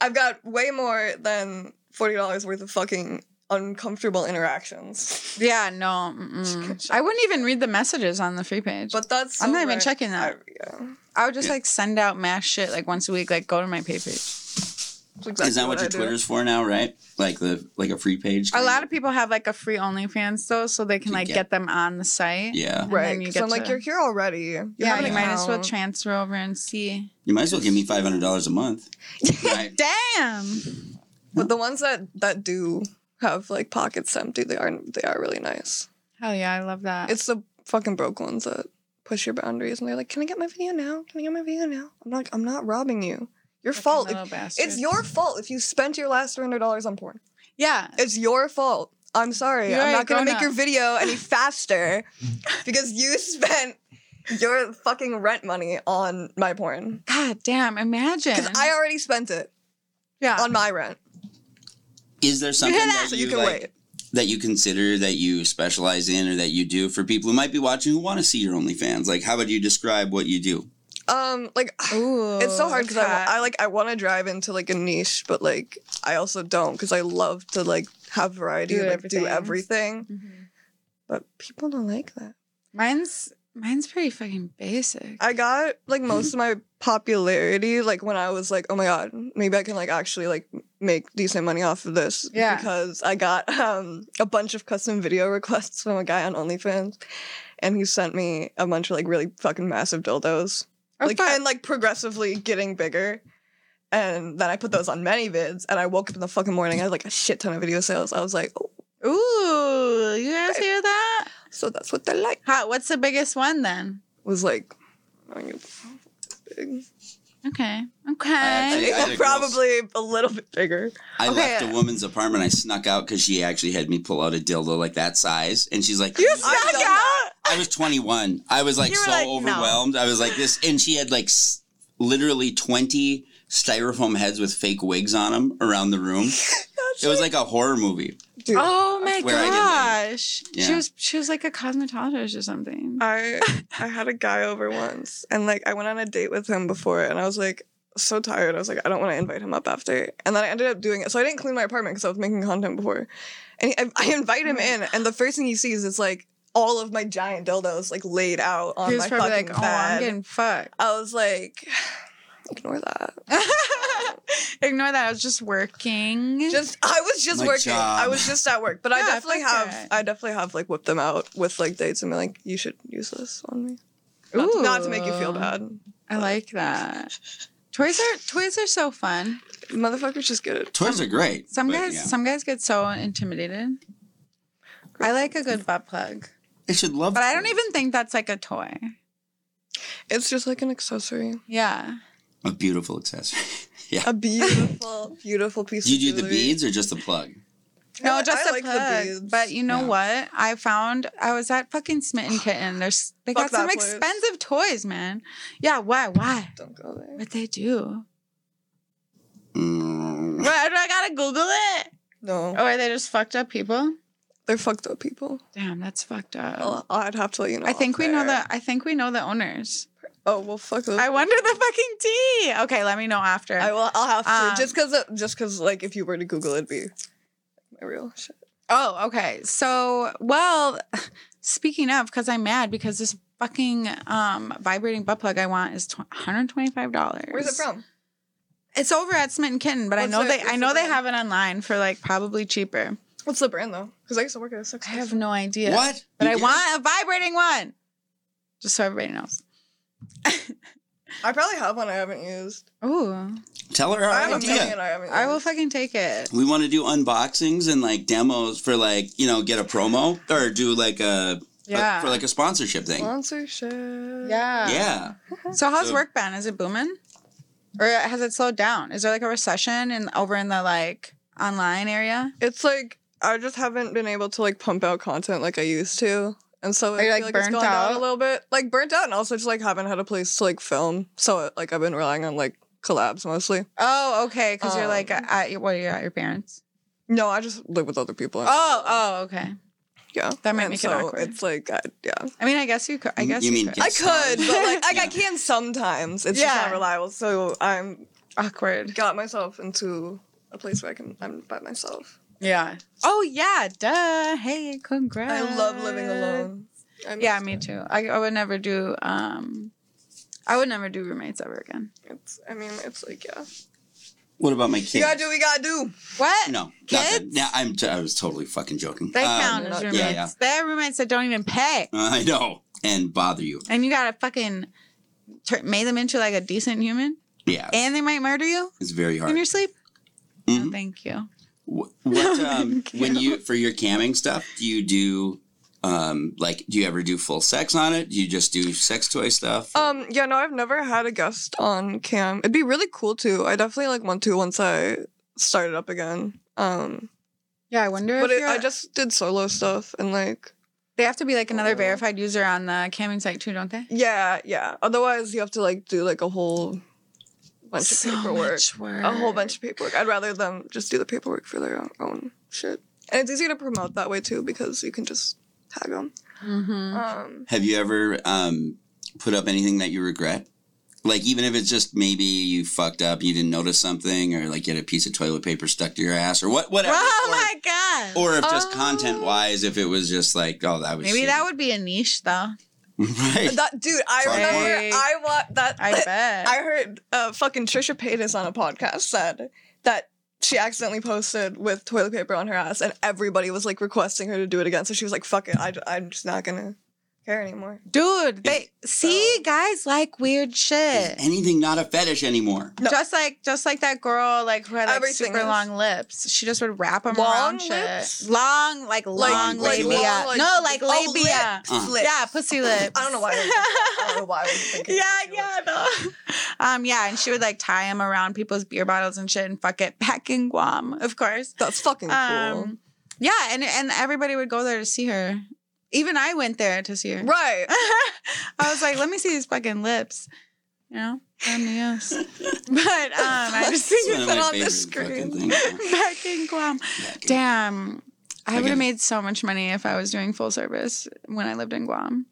Speaker 3: I've got way more than forty dollars worth of fucking uncomfortable interactions.
Speaker 1: yeah, no. mm-mm. I wouldn't even read the messages on the free page.
Speaker 3: But that's
Speaker 1: I'm not
Speaker 3: so
Speaker 1: even
Speaker 3: rare.
Speaker 1: checking that.
Speaker 3: I- yeah.
Speaker 1: I would just
Speaker 2: Yeah.
Speaker 1: like send out mass shit like once a week, like go to my pay page.
Speaker 3: That's exactly
Speaker 2: Is that what,
Speaker 3: I
Speaker 2: your
Speaker 3: do.
Speaker 2: Twitter's for now? Right? Like the like a free page.
Speaker 1: A
Speaker 2: kinda?
Speaker 1: lot of people have like a free OnlyFans though, so they can
Speaker 2: To
Speaker 1: like
Speaker 2: get-
Speaker 1: get, them on the site.
Speaker 2: Yeah,
Speaker 1: and
Speaker 3: Right.
Speaker 1: then you
Speaker 3: 'cause
Speaker 1: get
Speaker 3: I'm like,
Speaker 1: to-
Speaker 3: you're here already. um, You
Speaker 1: Yeah,
Speaker 3: have an
Speaker 1: you might as well
Speaker 3: account.
Speaker 1: transfer over and see.
Speaker 2: you might as well give me five hundred dollars a month. right?
Speaker 1: Damn.
Speaker 3: But the ones that that do have like pockets empty, they are they are really nice.
Speaker 1: Hell yeah, I love that.
Speaker 3: It's the fucking broke ones that push your boundaries, and they're like, "Can I get my video now? Can I get my video now?" I'm like, "I'm not robbing you. Your
Speaker 1: Fucking
Speaker 3: fault. If,
Speaker 1: little bastards.
Speaker 3: it's your fault if you spent your last three hundred dollars on porn.
Speaker 1: yeah.
Speaker 3: It's your fault. I'm sorry.
Speaker 1: You're
Speaker 3: I'm
Speaker 1: a
Speaker 3: not gonna make
Speaker 1: grown-up.
Speaker 3: your video any faster because you spent your fucking rent money on my porn."
Speaker 1: God damn, imagine.
Speaker 3: Because I already spent it
Speaker 1: yeah.
Speaker 3: on my rent.
Speaker 2: Is there something
Speaker 1: hear
Speaker 2: that
Speaker 1: Ah. that?
Speaker 3: So
Speaker 2: you,
Speaker 3: you can
Speaker 2: like,
Speaker 3: wait.
Speaker 2: that you consider that you specialize in or that you do for people who might be watching who want to see your OnlyFans? Like, how would you describe what you do?
Speaker 3: Um, like
Speaker 1: Ooh,
Speaker 3: it's so hard because I, wa-
Speaker 1: Oh, okay.
Speaker 3: I like I want to drive into like a niche, but like I also don't because I love to like have variety,
Speaker 1: Do
Speaker 3: and, like
Speaker 1: everything.
Speaker 3: do everything.
Speaker 1: Mhm.
Speaker 3: But people don't like that.
Speaker 1: Mine's mine's pretty fucking basic.
Speaker 3: I got like most of my popularity like when I was like, oh my god, maybe I can like actually like make decent money off of this.
Speaker 1: Yeah.
Speaker 3: Because I got um a bunch of custom video requests from a guy on OnlyFans, and he sent me a bunch of like really fucking massive dildos. like
Speaker 1: Okay.
Speaker 3: and like progressively getting bigger. And then I put those on many vids, and I woke up in the fucking morning. I had like a shit ton of video sales. I was like, oh,
Speaker 1: Ooh, you guys hear that?
Speaker 3: so that's what they like. "Oh,
Speaker 1: How, what's the biggest one then?
Speaker 3: Was like, I mean, big.
Speaker 1: Okay.
Speaker 2: Uh, I
Speaker 1: Okay.
Speaker 2: actually- other girls-
Speaker 3: probably a little bit bigger.
Speaker 2: I
Speaker 1: Okay. uh,
Speaker 2: left a woman's apartment. I snuck out because she actually had me pull out a dildo like that size, and she's like,
Speaker 1: You
Speaker 3: I've done
Speaker 1: snuck out?
Speaker 3: that.
Speaker 2: I was 21. I was like
Speaker 1: You were
Speaker 2: so
Speaker 1: like, no.
Speaker 2: overwhelmed. I was like this, and she had like s- literally 20 styrofoam heads with fake wigs on them around the room. it was like a horror movie.
Speaker 3: Dude,
Speaker 1: Oh my
Speaker 2: Where I get
Speaker 1: gosh.
Speaker 2: Yeah.
Speaker 1: She was she was like a cosmetologist or something.
Speaker 3: I I had a guy over once and like I went on a date with him before and I was like so tired. I was like, I don't want to invite him up after. And then I ended up doing it. So I didn't clean my apartment because I was making content before. And he, I, I invite him in, and the first thing he sees is like all of my giant dildos like laid out on
Speaker 1: he was
Speaker 3: my
Speaker 1: probably
Speaker 3: fucking
Speaker 1: like, "Oh, I'm
Speaker 3: bed.
Speaker 1: getting fucked."
Speaker 3: I was like, ignore that.
Speaker 1: Ignore that. I was just working.
Speaker 3: Just I was just
Speaker 2: My
Speaker 3: working. I
Speaker 2: job.
Speaker 3: was just at work. But I
Speaker 1: Yeah,
Speaker 3: definitely
Speaker 1: fuck
Speaker 3: have
Speaker 1: it.
Speaker 3: I definitely have like whipped them out with like dates and been like, you should use this on me. Not,
Speaker 1: Ooh.
Speaker 3: to, not to make you feel bad.
Speaker 1: I like that. Toys are toys are so fun.
Speaker 3: Motherfuckers just get it.
Speaker 2: Toys are great.
Speaker 1: Some
Speaker 2: but,
Speaker 1: guys
Speaker 2: yeah.
Speaker 1: some guys get so intimidated. I like a good butt plug.
Speaker 2: they should love.
Speaker 1: But I don't
Speaker 2: toys.
Speaker 1: even think that's like a toy.
Speaker 3: It's just like an accessory.
Speaker 1: Yeah.
Speaker 2: a beautiful accessory. yeah.
Speaker 3: A beautiful, beautiful piece.
Speaker 2: Do
Speaker 3: of
Speaker 2: you do the
Speaker 3: jewelry.
Speaker 2: beads or just the plug?
Speaker 1: No,
Speaker 3: I-
Speaker 1: just
Speaker 3: I
Speaker 1: a
Speaker 3: like the
Speaker 1: plug.
Speaker 3: beads.
Speaker 1: But you know
Speaker 2: Yeah.
Speaker 1: what? I found I was at fucking Smitten Kitten. There's they got
Speaker 3: Fuck
Speaker 1: some
Speaker 3: that place.
Speaker 1: expensive toys, man. Yeah, why? Why?
Speaker 3: Don't go there.
Speaker 1: What they do?
Speaker 2: Mm.
Speaker 1: Why do I gotta Google it?
Speaker 3: No,
Speaker 1: Or are they just fucked up people?
Speaker 3: they're fucked up people.
Speaker 1: Damn, that's fucked up.
Speaker 3: I'll, I'd have to let you know.
Speaker 1: Oh. I think
Speaker 3: off
Speaker 1: we know
Speaker 3: air.
Speaker 1: the I think we know the owners.
Speaker 3: Oh well, fuck. Those
Speaker 1: I wonder the fucking tea. Okay, let me know after.
Speaker 3: I will. I'll have to.
Speaker 1: Um,
Speaker 3: just because. Just because. Like, if you were to Google, it'd be my real shit.
Speaker 1: Oh, okay. So, well, speaking of, because I'm mad because this fucking um, vibrating butt plug I want is tw- $125.
Speaker 3: Where's it from?
Speaker 1: It's over at Smitten Kitten, but I
Speaker 3: What's
Speaker 1: know
Speaker 3: it-
Speaker 1: they I
Speaker 3: what's
Speaker 1: know
Speaker 3: the
Speaker 1: they
Speaker 3: brand?
Speaker 1: have it online for like probably cheaper.
Speaker 3: What's the brand though? Because I used to work at a sex.
Speaker 1: I have no idea.
Speaker 2: What?
Speaker 1: But
Speaker 2: You
Speaker 1: I
Speaker 2: did?
Speaker 1: want a vibrating one. Just so everybody knows.
Speaker 3: I probably have one I haven't used.
Speaker 1: Ooh.
Speaker 2: Tell her our
Speaker 3: I have a
Speaker 2: idea.
Speaker 3: million I haven't. Used.
Speaker 1: I will fucking take it.
Speaker 2: we want to do unboxings and like demos for like you know get a promo or do like a, a-
Speaker 1: Yeah.
Speaker 2: for like a sponsorship thing.
Speaker 3: sponsorship.
Speaker 1: yeah.
Speaker 2: yeah,
Speaker 1: So how's
Speaker 2: So-
Speaker 1: work been? Is it booming? Or has it slowed down? Is there like a recession in over in the like online area?
Speaker 3: It's like I just haven't been able to like pump out content like I used to. And so
Speaker 1: Are you,
Speaker 3: I
Speaker 1: like,
Speaker 3: feel like
Speaker 1: burnt
Speaker 3: it's gone down
Speaker 1: out?
Speaker 3: a little bit. Like burnt out and also just like haven't had a place to like film. So like I've been relying on like collabs mostly.
Speaker 1: Oh, okay. Because you're like
Speaker 3: Um,
Speaker 1: at your, what? You're at your parents.
Speaker 3: No, I just live with other people.
Speaker 1: Oh, oh, okay.
Speaker 3: yeah.
Speaker 1: that might
Speaker 3: And
Speaker 1: make it
Speaker 3: so
Speaker 1: awkward.
Speaker 3: It's like I, yeah.
Speaker 1: I mean, I guess you could. I
Speaker 2: You-
Speaker 1: guess
Speaker 2: you
Speaker 1: you,
Speaker 2: mean
Speaker 1: could.
Speaker 2: get-
Speaker 3: I
Speaker 2: It's
Speaker 3: could,
Speaker 2: hard.
Speaker 3: but like, like
Speaker 2: Yeah.
Speaker 3: I can sometimes. It's
Speaker 1: Yeah.
Speaker 3: just not reliable. So I'm
Speaker 1: awkward.
Speaker 3: got myself into a place where I can I'm by myself.
Speaker 1: Yeah. Oh yeah. Duh. Hey, congrats.
Speaker 3: I love living alone. I
Speaker 1: Ah, Yeah,
Speaker 3: miss
Speaker 1: me
Speaker 3: it.
Speaker 1: too. I, I would never do. Um, I would never do roommates ever again.
Speaker 3: It's I mean it's like yeah.
Speaker 2: What about my kids?
Speaker 3: We gotta do what we gotta do.
Speaker 1: What?
Speaker 2: no, nothing.
Speaker 1: Kids?
Speaker 2: Yeah, I'm. T- I was totally fucking joking.
Speaker 1: They
Speaker 2: Um,
Speaker 1: count as
Speaker 3: not- yeah,
Speaker 1: roommates.
Speaker 2: yeah.
Speaker 1: They're roommates that don't even pay,
Speaker 2: I know, and bother you.
Speaker 1: and you gotta fucking tur make them into like a decent human,
Speaker 2: Yeah,
Speaker 1: and they might murder you
Speaker 2: it's very hard.
Speaker 1: in your sleep. No,
Speaker 3: Mm-hmm.
Speaker 2: Mhm.
Speaker 1: thank you.
Speaker 2: Wh- What um,
Speaker 1: Thank
Speaker 2: when
Speaker 1: you.
Speaker 2: you for your camming stuff? Do you do um like do you ever do full sex on it? Do you just do sex toy
Speaker 1: Oh,
Speaker 2: stuff?
Speaker 3: Um, yeah, no, I've never had a guest on cam. It'd be really cool too. I definitely like want to once I start it up again. Um,
Speaker 1: Yeah, I wonder
Speaker 3: but
Speaker 1: if
Speaker 3: it,
Speaker 1: you're-
Speaker 3: I just did solo stuff and like,
Speaker 1: They have to be like another
Speaker 3: Oh.
Speaker 1: verified user on the camming site too, don't they?
Speaker 3: yeah, yeah. Otherwise, you have to like do like a whole bunch of paperwork,
Speaker 1: work.
Speaker 3: a whole bunch of paperwork. I'd rather them just do the paperwork for their own, own shit. And it's easier to promote that way too because you can just tag them.
Speaker 1: hmm
Speaker 3: Um,
Speaker 2: Have you ever um put up anything that you regret? Like even if it's just maybe you fucked up, you didn't notice something, or like you had a piece of toilet paper stuck to your ass, or what whatever.
Speaker 1: Oh
Speaker 2: or,
Speaker 1: my god!
Speaker 2: or if just
Speaker 3: Oh.
Speaker 2: content wise, if it was just like, oh, that was
Speaker 1: Maybe
Speaker 2: shitty.
Speaker 1: that would be a niche though.
Speaker 2: right.
Speaker 3: that dude, I
Speaker 2: Sorry.
Speaker 3: remember I want that.
Speaker 1: I bet.
Speaker 3: I heard uh, fucking Trisha Paytas on a podcast said that she accidentally posted with toilet paper on her ass, and everybody was like requesting her to do it again. So she was like, "Fuck it, I, am just not gonna care anymore.
Speaker 1: Dude, they see guys like weird shit.
Speaker 2: Anything not a fetish anymore.
Speaker 3: No.
Speaker 1: Just like just like that girl like who had like
Speaker 3: Everything
Speaker 1: super
Speaker 3: is.
Speaker 1: long lips. She just would wrap them
Speaker 3: Long
Speaker 1: around shit.
Speaker 3: lips?
Speaker 1: Long like long
Speaker 2: like
Speaker 1: labia.
Speaker 3: long, like-
Speaker 1: no, like
Speaker 3: oh,
Speaker 1: labia.
Speaker 2: Uh-huh.
Speaker 3: Lips.
Speaker 1: Yeah, pussy lips.
Speaker 3: I don't know why. I was- I don't know why I was thinking.
Speaker 1: yeah,
Speaker 3: pussy lips.
Speaker 1: yeah, no. Um, yeah, and she would like tie them around people's beer bottles and shit and fuck it back in Guam, of course.
Speaker 3: That's fucking Oh, cool.
Speaker 1: Um, yeah, and and everybody would go there to see her. Even I went there to see her.
Speaker 3: right.
Speaker 1: I was like, let me see these fucking lips. You know? Um, yes. But um, I just see
Speaker 2: It's one
Speaker 1: it
Speaker 2: of
Speaker 1: on
Speaker 2: my
Speaker 1: the
Speaker 2: favorite
Speaker 1: screen.
Speaker 2: fucking things. Yeah.
Speaker 1: Back in Guam.
Speaker 2: Back in-
Speaker 1: Damn. I
Speaker 2: Okay.
Speaker 1: would have made so much money if I was doing full service when I lived in Guam.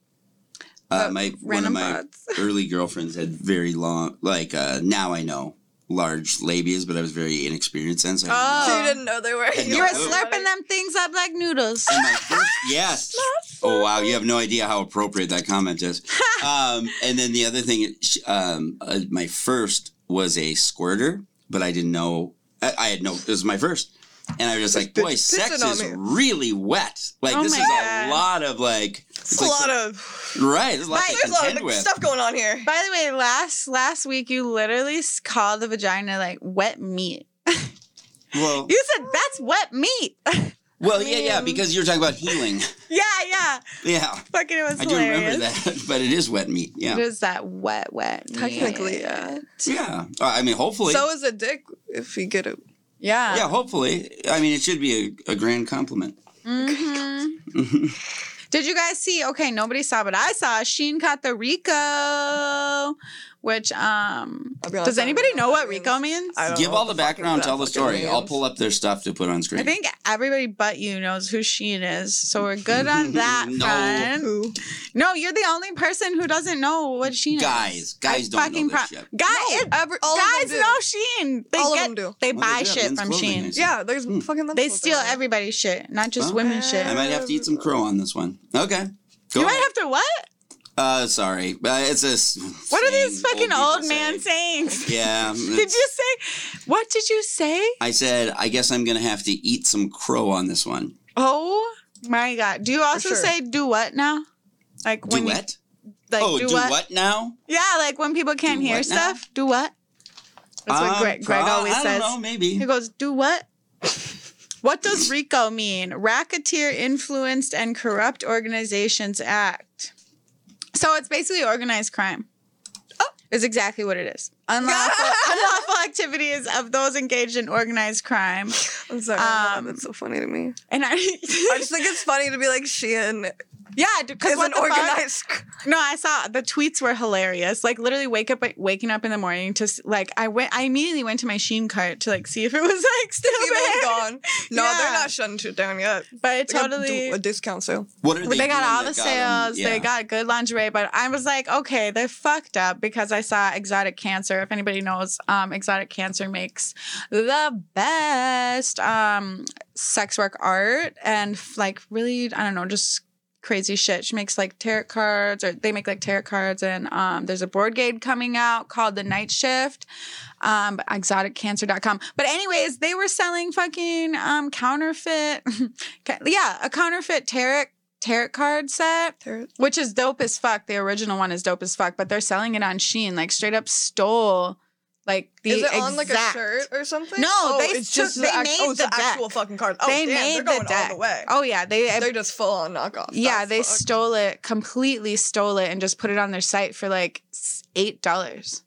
Speaker 2: Uh,
Speaker 1: But
Speaker 2: my one of
Speaker 1: Random
Speaker 2: my
Speaker 1: thoughts.
Speaker 2: early girlfriends had very long, like uh, now I know large labias, but I was very inexperienced then. So I
Speaker 1: Oh.
Speaker 3: So you didn't know they were.
Speaker 2: You
Speaker 1: You were
Speaker 2: know,
Speaker 1: slurping them things up like noodles.
Speaker 2: didn't know. And my first- yes. Oh wow, you have no idea how appropriate that comment is. um, and then the other thing, sh- um, uh, my first was a squirter, but I didn't know. I, I had no. It was my first, and I was just like,
Speaker 3: bitch
Speaker 2: boy,
Speaker 3: is
Speaker 2: sex
Speaker 3: pissing on
Speaker 2: is
Speaker 3: me.
Speaker 2: really wet. Like
Speaker 1: Oh
Speaker 2: this
Speaker 1: my
Speaker 2: is
Speaker 1: God.
Speaker 2: a lot of like.
Speaker 3: It's
Speaker 2: It's
Speaker 3: a
Speaker 2: like
Speaker 3: lot of.
Speaker 2: right. There's a lot
Speaker 1: Right,
Speaker 2: to
Speaker 3: There's a lot
Speaker 2: contend
Speaker 3: of
Speaker 2: with.
Speaker 3: stuff going on here.
Speaker 1: By the way, last last week you literally s- called the vagina like wet meat.
Speaker 2: Well,
Speaker 1: You said that's wet meat.
Speaker 2: well, yeah, yeah,
Speaker 3: mean-
Speaker 2: because you were talking about healing.
Speaker 1: yeah, yeah.
Speaker 2: Yeah.
Speaker 1: Fucking it was
Speaker 2: I do
Speaker 1: hilarious.
Speaker 2: remember that, but it is wet meat.
Speaker 1: It
Speaker 2: Yeah.
Speaker 1: is that wet, wet. meat.
Speaker 3: Technically, yeah.
Speaker 2: Yeah. Uh, I mean, hopefully.
Speaker 3: So is a dick if you get it.
Speaker 1: Yeah.
Speaker 2: yeah, hopefully. I mean, it should be a, a grand compliment.
Speaker 1: Mhm. Did you guys see? Okay, nobody saw, but I saw Sheen caught the Rico, which um.
Speaker 3: I'll be honest,
Speaker 1: does
Speaker 3: I don't
Speaker 1: anybody
Speaker 3: know
Speaker 1: know what
Speaker 3: what that
Speaker 1: Rico means?
Speaker 3: means. I don't
Speaker 2: Give
Speaker 3: know
Speaker 2: all
Speaker 3: what
Speaker 2: the
Speaker 3: the fuck is
Speaker 2: background,
Speaker 3: that
Speaker 2: tell the
Speaker 3: fucking
Speaker 2: story. I'll
Speaker 3: means.
Speaker 2: pull up their stuff to put on screen.
Speaker 1: I think everybody but you knows who Sheen is, so we're good on that
Speaker 2: No.
Speaker 1: front.
Speaker 3: Who?
Speaker 1: No, you're the only person who doesn't know what Sheen
Speaker 2: Guys,
Speaker 1: is.
Speaker 2: guys don't know this
Speaker 1: pro-
Speaker 2: shit.
Speaker 1: Guy, it-
Speaker 3: Every, all
Speaker 1: guys
Speaker 3: of them do.
Speaker 1: know Sheen. They
Speaker 3: All of
Speaker 1: get,
Speaker 3: them do.
Speaker 1: They
Speaker 2: Well,
Speaker 1: buy
Speaker 2: they do.
Speaker 1: shit
Speaker 2: Oh Men's
Speaker 1: from
Speaker 2: clothing
Speaker 1: Sheen.
Speaker 2: is-
Speaker 3: Yeah, there's
Speaker 2: Hmm.
Speaker 3: fucking.
Speaker 1: They
Speaker 3: mental
Speaker 1: steal
Speaker 3: going on.
Speaker 1: everybody's shit, not just
Speaker 2: Well,
Speaker 1: women's shit.
Speaker 2: I might have to eat some crow on this one. Okay. Go
Speaker 1: you might
Speaker 2: ahead.
Speaker 1: have to what?
Speaker 2: Uh, sorry. Uh, it's a. s-
Speaker 1: What are these
Speaker 2: saying
Speaker 1: fucking
Speaker 2: people
Speaker 1: old, man
Speaker 2: say.
Speaker 1: sayings?
Speaker 2: Yeah.
Speaker 1: Did you say? What did you say?
Speaker 2: I said, I guess I'm going to have to eat some crow on this one.
Speaker 1: Oh my god! Do you also
Speaker 3: sure.
Speaker 1: say do what now? Like when you,
Speaker 2: Duet?
Speaker 1: like
Speaker 2: oh,
Speaker 1: do,
Speaker 2: do
Speaker 1: what?
Speaker 2: what now?
Speaker 1: Yeah, like when people can't
Speaker 2: Do
Speaker 1: hear
Speaker 2: what now?
Speaker 1: stuff. Do what? That's what
Speaker 2: Um,
Speaker 1: Greg, Greg
Speaker 2: pro-
Speaker 1: always
Speaker 2: I
Speaker 1: says.
Speaker 2: don't know, maybe.
Speaker 1: He goes, "Do what?" what does RICO mean? Racketeer Influenced and Corrupt Organizations Act. So it's basically organized crime. Oh, is exactly what it is. Unlawful, unlawful activities of those engaged in organized crime.
Speaker 3: I'm sorry. I don't know,
Speaker 1: Um,
Speaker 3: that's so funny to me.
Speaker 1: And I,
Speaker 3: I just think it's funny to be like she and
Speaker 1: yeah, because
Speaker 3: is
Speaker 1: what
Speaker 3: an
Speaker 1: the fuck?
Speaker 3: organized.
Speaker 1: No, I saw the tweets were hilarious. Like literally, wake up, waking up in the morning to s- like I went. I immediately went to my Sheen cart to like see if it was like still
Speaker 3: Even
Speaker 1: there.
Speaker 3: gone. No,
Speaker 1: Yeah.
Speaker 3: they're not shutting shit down yet.
Speaker 1: But it
Speaker 3: They got
Speaker 1: totally,
Speaker 3: a discount sale.
Speaker 2: What are
Speaker 1: they,
Speaker 2: they?
Speaker 1: got
Speaker 2: doing
Speaker 1: all the
Speaker 2: that
Speaker 1: sales.
Speaker 2: 'em? Yeah.
Speaker 1: They got good lingerie. But I was like, okay, they're fucked up because I saw Exotic Cancer. If anybody knows, um, Exotic Cancer makes the best um sex work art and f- like really, I don't know, just crazy shit. She makes like tarot cards, or they make like tarot cards, and um, there's a board game coming out called The Night Shift, um, exoticcancer.com. But anyways, they were selling fucking um, counterfeit, ca- yeah, a counterfeit tarot tarot card set.
Speaker 3: They're-
Speaker 1: Which is dope as fuck. The original one is dope as fuck, but they're selling it on Sheen. Like straight up stole, like the
Speaker 3: Is it on like a
Speaker 1: exact-
Speaker 3: shirt or something?
Speaker 1: No,
Speaker 3: Oh,
Speaker 1: they
Speaker 3: it's
Speaker 1: took-
Speaker 3: just the
Speaker 1: they
Speaker 3: act-
Speaker 1: made
Speaker 3: oh, it's
Speaker 1: the
Speaker 3: the actual
Speaker 1: deck.
Speaker 3: fucking card. Oh,
Speaker 1: They
Speaker 3: damn,
Speaker 1: made
Speaker 3: they're going
Speaker 1: the
Speaker 3: all
Speaker 1: deck.
Speaker 3: the way.
Speaker 1: Oh yeah, they
Speaker 3: They're just full on knockoff.
Speaker 1: yeah,
Speaker 3: That's
Speaker 1: they
Speaker 3: fucked.
Speaker 1: stole it, completely stole it, and just put it on their site for like s- eight dollars.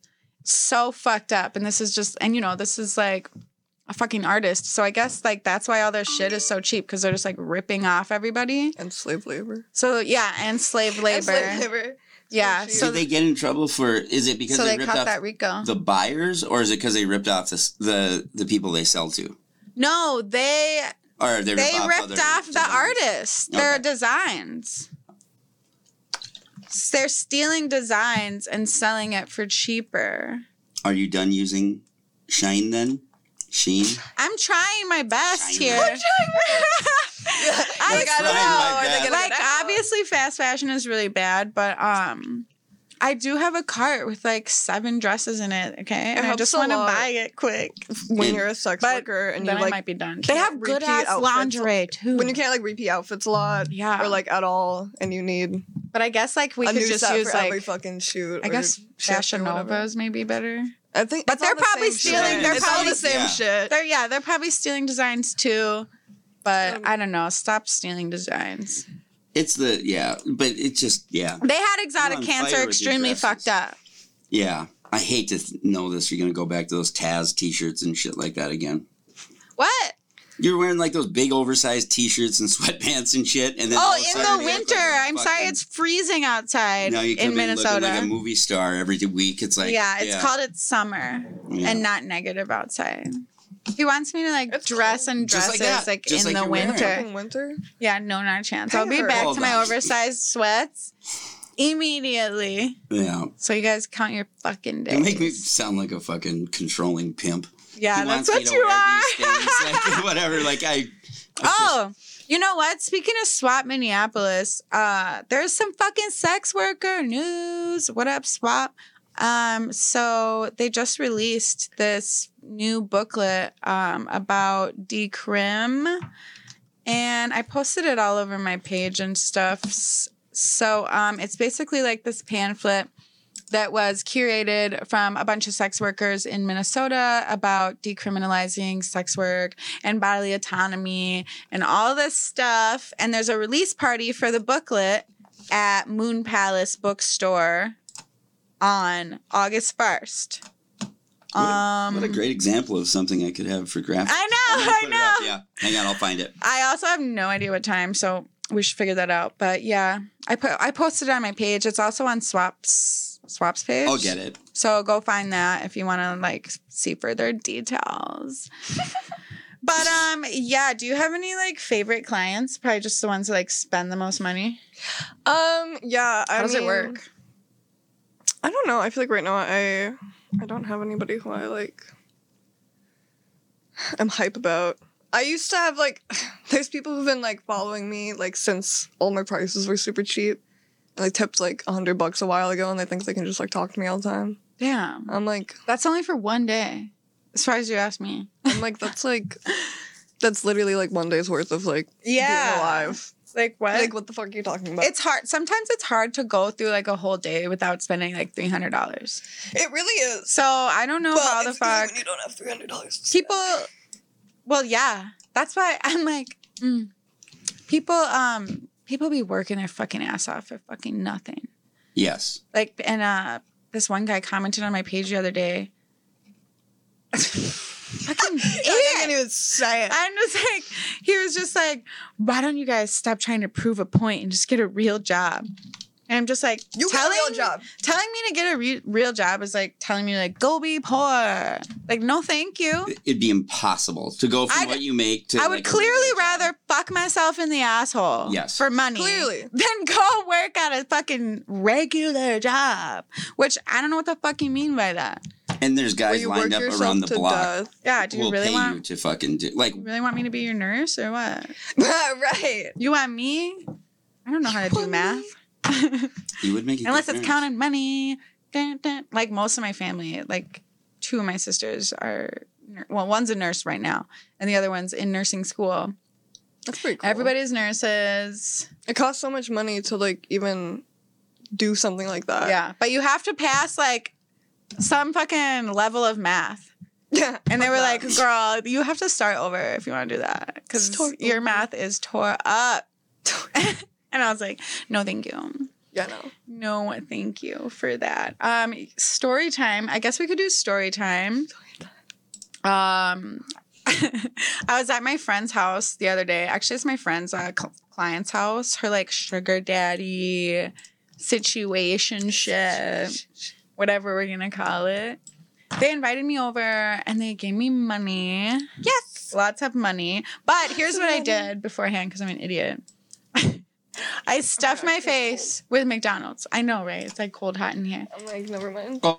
Speaker 1: So fucked up. And this is just, and you know, this is like a fucking artist. So I guess like that's why all their shit is so cheap because they're just like ripping off everybody.
Speaker 3: and slave labor.
Speaker 1: So yeah, and slave labor.
Speaker 3: And slave labor.
Speaker 1: Yeah.
Speaker 3: Did
Speaker 1: So,
Speaker 2: Did they get in trouble for? Is it because
Speaker 1: so
Speaker 2: they,
Speaker 1: they
Speaker 2: ripped
Speaker 1: caught
Speaker 2: off
Speaker 1: that Rico.
Speaker 2: the buyers, or is it because they ripped off the s- the the people they sell to,
Speaker 1: no, they
Speaker 2: or
Speaker 1: they
Speaker 2: they, ripped off,
Speaker 1: ripped
Speaker 2: other
Speaker 1: off the
Speaker 2: designs?
Speaker 1: artists their
Speaker 2: Okay.
Speaker 1: designs S- they're stealing designs and selling it for cheaper
Speaker 2: Are you done using Shine then? Sheen.
Speaker 1: i'm trying my best
Speaker 2: Shine.
Speaker 1: here I
Speaker 3: like, I
Speaker 2: tried my
Speaker 3: don't know. Are they
Speaker 2: best.
Speaker 3: gonna
Speaker 1: like
Speaker 3: get out?
Speaker 1: obviously fast fashion is really bad but um i do have a cart with like seven dresses in it okay and i
Speaker 3: helps
Speaker 1: just
Speaker 3: a
Speaker 1: want to
Speaker 3: lot.
Speaker 1: buy it quick
Speaker 3: when
Speaker 2: And-
Speaker 3: you're a sex
Speaker 1: but
Speaker 3: worker and you
Speaker 1: then i
Speaker 3: like
Speaker 1: might be done
Speaker 3: can't
Speaker 1: they have good
Speaker 3: repeat
Speaker 1: ass
Speaker 3: outfits.
Speaker 1: lingerie too
Speaker 3: when you can't like repeat outfits a lot
Speaker 1: yeah
Speaker 3: or like at all and you need
Speaker 1: But I guess like we
Speaker 3: a
Speaker 1: could
Speaker 3: new
Speaker 1: just
Speaker 3: set
Speaker 1: use
Speaker 3: for every
Speaker 1: like
Speaker 3: fucking shoot.
Speaker 1: I
Speaker 3: or
Speaker 1: guess
Speaker 3: shift or
Speaker 1: Fashion
Speaker 3: whatever.
Speaker 1: Novas may be better.
Speaker 3: I think,
Speaker 1: But
Speaker 3: it's all
Speaker 1: they're
Speaker 3: the same
Speaker 1: probably
Speaker 3: shit.
Speaker 1: stealing- they're
Speaker 3: It's all
Speaker 1: probably-
Speaker 3: the same
Speaker 2: Yeah.
Speaker 3: shit.
Speaker 1: They're yeah, they're probably stealing designs too.
Speaker 2: Um,
Speaker 1: But I don't know. Stop stealing designs.
Speaker 2: It's the yeah, but it just yeah,
Speaker 1: They had exotic
Speaker 2: on
Speaker 1: cancer
Speaker 2: fire with your
Speaker 1: extremely
Speaker 2: dresses.
Speaker 1: fucked up.
Speaker 2: yeah. I hate to th- know this. You're gonna go back to those Taz T-shirts and shit like that again.
Speaker 1: What?
Speaker 2: You're wearing like those big oversized T-shirts and sweatpants and shit, and then
Speaker 1: Oh,
Speaker 2: all of a
Speaker 1: in
Speaker 2: sudden
Speaker 1: the
Speaker 2: you look
Speaker 1: winter.
Speaker 2: like a
Speaker 1: I'm sorry,
Speaker 2: fucking-
Speaker 1: it's freezing outside
Speaker 2: now you come
Speaker 1: in
Speaker 2: in Minnesota
Speaker 1: Minnesota.
Speaker 2: like a movie star every week. It's like
Speaker 1: yeah, it's called it's summer
Speaker 2: Yeah.
Speaker 1: and not negative outside. He wants me to like
Speaker 3: It's
Speaker 1: dress
Speaker 3: cold.
Speaker 1: and
Speaker 2: Just like
Speaker 1: dresses
Speaker 2: that.
Speaker 1: like,
Speaker 2: Just
Speaker 1: in
Speaker 2: like
Speaker 1: the
Speaker 2: you're wearing.
Speaker 1: winter.
Speaker 3: Fucking winter.
Speaker 1: Yeah, no, not a chance.
Speaker 3: Pay
Speaker 1: I'll be
Speaker 3: her.
Speaker 1: back
Speaker 2: Hold
Speaker 1: to my
Speaker 2: on.
Speaker 1: oversized sweats immediately.
Speaker 2: yeah.
Speaker 1: So you guys count your fucking days.
Speaker 2: Don't make me sound like a fucking controlling pimp.
Speaker 1: yeah,
Speaker 2: He
Speaker 1: that's
Speaker 2: wants me
Speaker 1: what
Speaker 2: to
Speaker 1: you
Speaker 2: wear
Speaker 1: are.
Speaker 2: these things, like, whatever. Like I.
Speaker 1: oh, you know what? Speaking of SWAT Minneapolis, uh, there's some fucking sex worker news. What up, SWAT? Um, so they just released this new booklet um, about decrim, and I posted it all over my page and stuff. S- So um, it's basically like this pamphlet that was curated from a bunch of sex workers in Minnesota about decriminalizing sex work and bodily autonomy and all this stuff. And there's a release party for the booklet at Moon Palace Bookstore on August 1st.
Speaker 2: What a-
Speaker 1: um,
Speaker 2: what a great example of something I could have for graphics.
Speaker 1: I know,
Speaker 2: I'm gonna
Speaker 1: I
Speaker 2: put it up,
Speaker 1: know.
Speaker 2: Yeah, hang on, I'll find it.
Speaker 1: I also have no idea what time, so we should figure that out. But yeah, I put I posted it on my page. It's also on Swaps Swaps page.
Speaker 2: I'll get it.
Speaker 1: So go find that if you want to like see further details. but um, yeah. Do you have any like favorite clients? Probably just the ones that like spend the most money.
Speaker 3: Um. Yeah. I
Speaker 1: How does it
Speaker 3: mean,
Speaker 1: work?
Speaker 3: I don't know. I feel like right now I I don't have anybody who I like I'm hype about. I used to have like there's people who've been like following me like since all my prices were super cheap. And I tipped like a hundred bucks a while ago and they think they can just like talk to me all the time.
Speaker 1: Damn,
Speaker 3: I'm like
Speaker 1: that's only for one day. As far as you asked me.
Speaker 3: I'm like that's like that's literally like one day's worth of like being alive.
Speaker 1: Like what?
Speaker 3: Like what the fuck are you talking about?
Speaker 1: it's hard. Sometimes it's hard to go through like a whole day without spending like three hundred dollars.
Speaker 3: it really is.
Speaker 1: So I don't know
Speaker 3: Well,
Speaker 1: how the
Speaker 3: it's good
Speaker 1: fuck
Speaker 3: when you don't have three hundred dollars.
Speaker 1: people. Well, yeah, that's why I'm like, mm. people. Um, people be working their fucking ass off for fucking nothing.
Speaker 2: Yes.
Speaker 1: Like, and uh, this one guy commented on my page the other day. fucking
Speaker 3: I
Speaker 1: idiot.
Speaker 3: can't even say it.
Speaker 1: I'm just like, he was just like, why don't you guys stop trying to prove a point and just get a real job? And I'm just like,
Speaker 3: You got
Speaker 1: telling,
Speaker 3: a real job.
Speaker 1: Telling me to get a re- real job is like telling me like, go be poor. Like, no, thank you.
Speaker 2: It'd be impossible to go from
Speaker 1: I'd-
Speaker 2: what you make to.
Speaker 1: I would
Speaker 2: like, a
Speaker 1: clearly
Speaker 2: regular job.
Speaker 1: rather fuck myself in the asshole
Speaker 2: Yes.
Speaker 1: for money
Speaker 3: Clearly.
Speaker 1: than go work at a fucking regular job, which I don't know what the fuck you mean by that.
Speaker 2: And there's
Speaker 3: Where
Speaker 2: guys
Speaker 3: you
Speaker 2: lined
Speaker 3: work
Speaker 2: up
Speaker 3: yourself
Speaker 2: around the
Speaker 3: to
Speaker 2: block.
Speaker 3: death.
Speaker 1: Yeah, do you
Speaker 2: will
Speaker 1: really
Speaker 2: pay
Speaker 1: want
Speaker 2: you to fucking do like.
Speaker 1: you really want me to be your nurse or what?
Speaker 3: right.
Speaker 1: You want me? I don't know how to do
Speaker 3: want
Speaker 1: math.
Speaker 3: me?
Speaker 2: You would make a
Speaker 1: Unless
Speaker 2: good
Speaker 1: it's
Speaker 2: parent.
Speaker 1: counting money. Dun, dun. Like most of my family, like two of my sisters are, nur- well, one's a nurse right now, and the other one's in nursing school.
Speaker 3: That's pretty cool.
Speaker 1: Everybody's nurses.
Speaker 3: It costs so much money to like even do something like that.
Speaker 1: yeah. But you have to pass like some fucking level of math.
Speaker 3: Yeah.
Speaker 1: And they were like,
Speaker 3: Fuck
Speaker 1: girl, you have to start over if you want to do that. Because
Speaker 3: It's tore
Speaker 1: your
Speaker 3: up.
Speaker 1: math is tore up. and I was like, no, thank you.
Speaker 3: Yeah. No.
Speaker 1: No, thank you for that. Um, story time. I guess we could do story time. Um, I was at my friend's house the other day. Actually, it's my friend's uh, cl- client's house. Her like sugar daddy situation shit, whatever we're gonna call it. They invited me over and they gave me money. Yes, lots of money. But here's what I did beforehand because I'm an idiot. I stuffed
Speaker 3: Okay,
Speaker 1: my
Speaker 3: that's cool.
Speaker 1: face with McDonald's. I know, right? It's like cold hot in here.
Speaker 3: I'm like, never mind.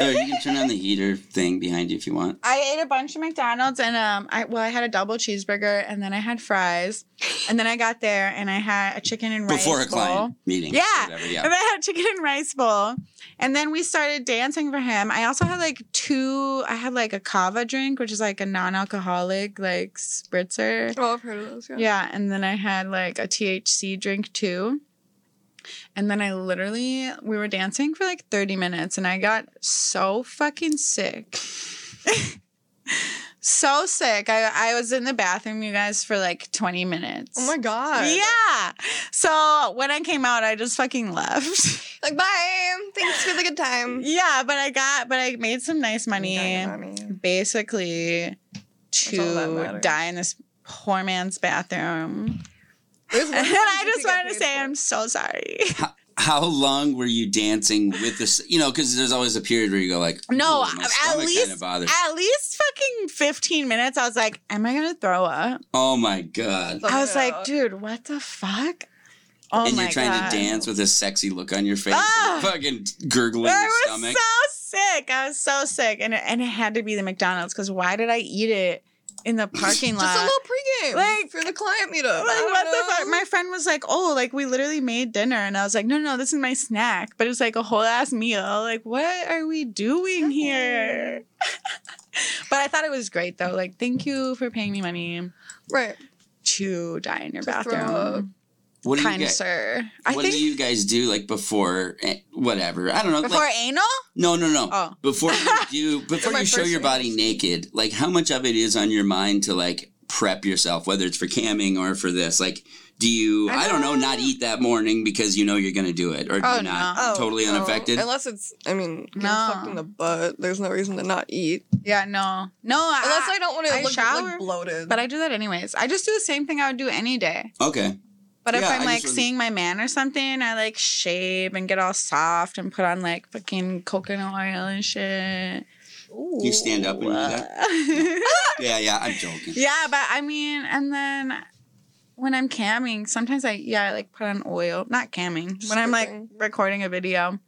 Speaker 2: Uh, you can turn on the heater thing behind you if you want.
Speaker 1: I ate a bunch of McDonald's and um I well I had a double cheeseburger and then I had fries and then I got there and I had a chicken and rice
Speaker 2: Before a
Speaker 1: bowl.
Speaker 2: client meeting.
Speaker 1: Yeah.
Speaker 2: or whatever, yeah.
Speaker 1: And I had chicken and rice bowl. And then we started dancing for him. I also had like two I had like a kava drink, which is like a non-alcoholic like spritzer.
Speaker 3: Oh, I've heard of those. Yeah.
Speaker 1: Yeah, and then I had like a THC drink too. And then I literally, we were dancing for like 30 minutes and I got so fucking sick. so sick. I, I was in the bathroom, you guys, for like 20 minutes.
Speaker 3: Oh my god.
Speaker 1: Yeah. So when I came out, I just fucking left.
Speaker 3: Like bye. Thanks for the good time.
Speaker 1: yeah, but I got, but I made some nice money. Basically,
Speaker 3: all that
Speaker 1: to
Speaker 3: matters.
Speaker 1: die in this poor man's bathroom.
Speaker 3: There's one
Speaker 1: And
Speaker 3: thing
Speaker 1: I
Speaker 3: you
Speaker 1: just
Speaker 3: get
Speaker 1: wanted to
Speaker 3: paid
Speaker 1: say,
Speaker 3: for.
Speaker 1: I'm so sorry.
Speaker 2: How long were you dancing with this? You know, because there's always a period where you go like,
Speaker 1: No,
Speaker 2: "Ooh, my
Speaker 1: at
Speaker 2: stomach
Speaker 1: least-
Speaker 2: kinda bothers."
Speaker 1: At least fucking 15 minutes, I was like, am I going to throw up?
Speaker 2: oh my god.
Speaker 3: Fuck
Speaker 1: I was
Speaker 3: yeah.
Speaker 1: like, dude, what the fuck? Oh
Speaker 2: and
Speaker 1: my
Speaker 2: you're trying
Speaker 1: God.
Speaker 2: to dance with a sexy look on your face,
Speaker 1: Ah!
Speaker 2: fucking gurgling
Speaker 1: I
Speaker 2: your
Speaker 1: was
Speaker 2: stomach.
Speaker 1: so sick. I was so sick. And it, and it had to be the McDonald's because why did I eat it in the parking lot?
Speaker 3: Just a little pregame,
Speaker 1: Like-
Speaker 3: like for the client meetup.
Speaker 1: like,
Speaker 3: I don't
Speaker 1: what the
Speaker 3: know.
Speaker 1: fuck? My friend was like, oh, like we literally made dinner. And I was like, no, no, this is my snack. But it's like a whole ass meal. Like, what are we doing here? but I thought it was great though. Like, thank you for paying me money
Speaker 3: right.
Speaker 1: to die in your
Speaker 3: To throw up.
Speaker 1: bathroom.
Speaker 2: what do you
Speaker 1: Kind
Speaker 2: guys?
Speaker 1: sir. I
Speaker 2: what
Speaker 1: think
Speaker 2: do you guys do like before? eh, Whatever. I don't know.
Speaker 1: before
Speaker 2: like,
Speaker 1: anal?
Speaker 2: no, no, no.
Speaker 1: Oh.
Speaker 2: Before you do, before
Speaker 3: my
Speaker 2: you show
Speaker 3: first
Speaker 2: your body naked, like how much of it is on your mind to like prep yourself, whether it's for camming or for this? Like, do you? I,
Speaker 1: I
Speaker 2: don't know.
Speaker 1: don't-
Speaker 2: Not eat that morning because you know you're gonna do it, or do
Speaker 1: Oh,
Speaker 2: you not
Speaker 1: no.
Speaker 2: totally
Speaker 3: no.
Speaker 2: unaffected.
Speaker 3: Unless it's, I mean, getting
Speaker 1: No.
Speaker 3: fucked in the butt. There's no reason to not eat.
Speaker 1: Yeah, no. No,
Speaker 3: Unless I, don't want to
Speaker 1: I
Speaker 3: look
Speaker 1: shower,
Speaker 3: like bloated.
Speaker 1: But I do that anyways. I just do the same thing I would do any day.
Speaker 2: Okay.
Speaker 1: But if
Speaker 2: Yeah,
Speaker 1: I'm
Speaker 2: I
Speaker 1: like
Speaker 2: just wouldn't-
Speaker 1: seeing my man or something, I like shave and get all soft and put on like fucking coconut oil and shit.
Speaker 2: You stand up and do that? Yeah, yeah. I'm joking.
Speaker 1: yeah, but I mean, and then when I'm camming, sometimes I yeah, I like put on oil. Not camming.
Speaker 3: Just
Speaker 1: when I'm like
Speaker 3: stripping.
Speaker 1: recording a video.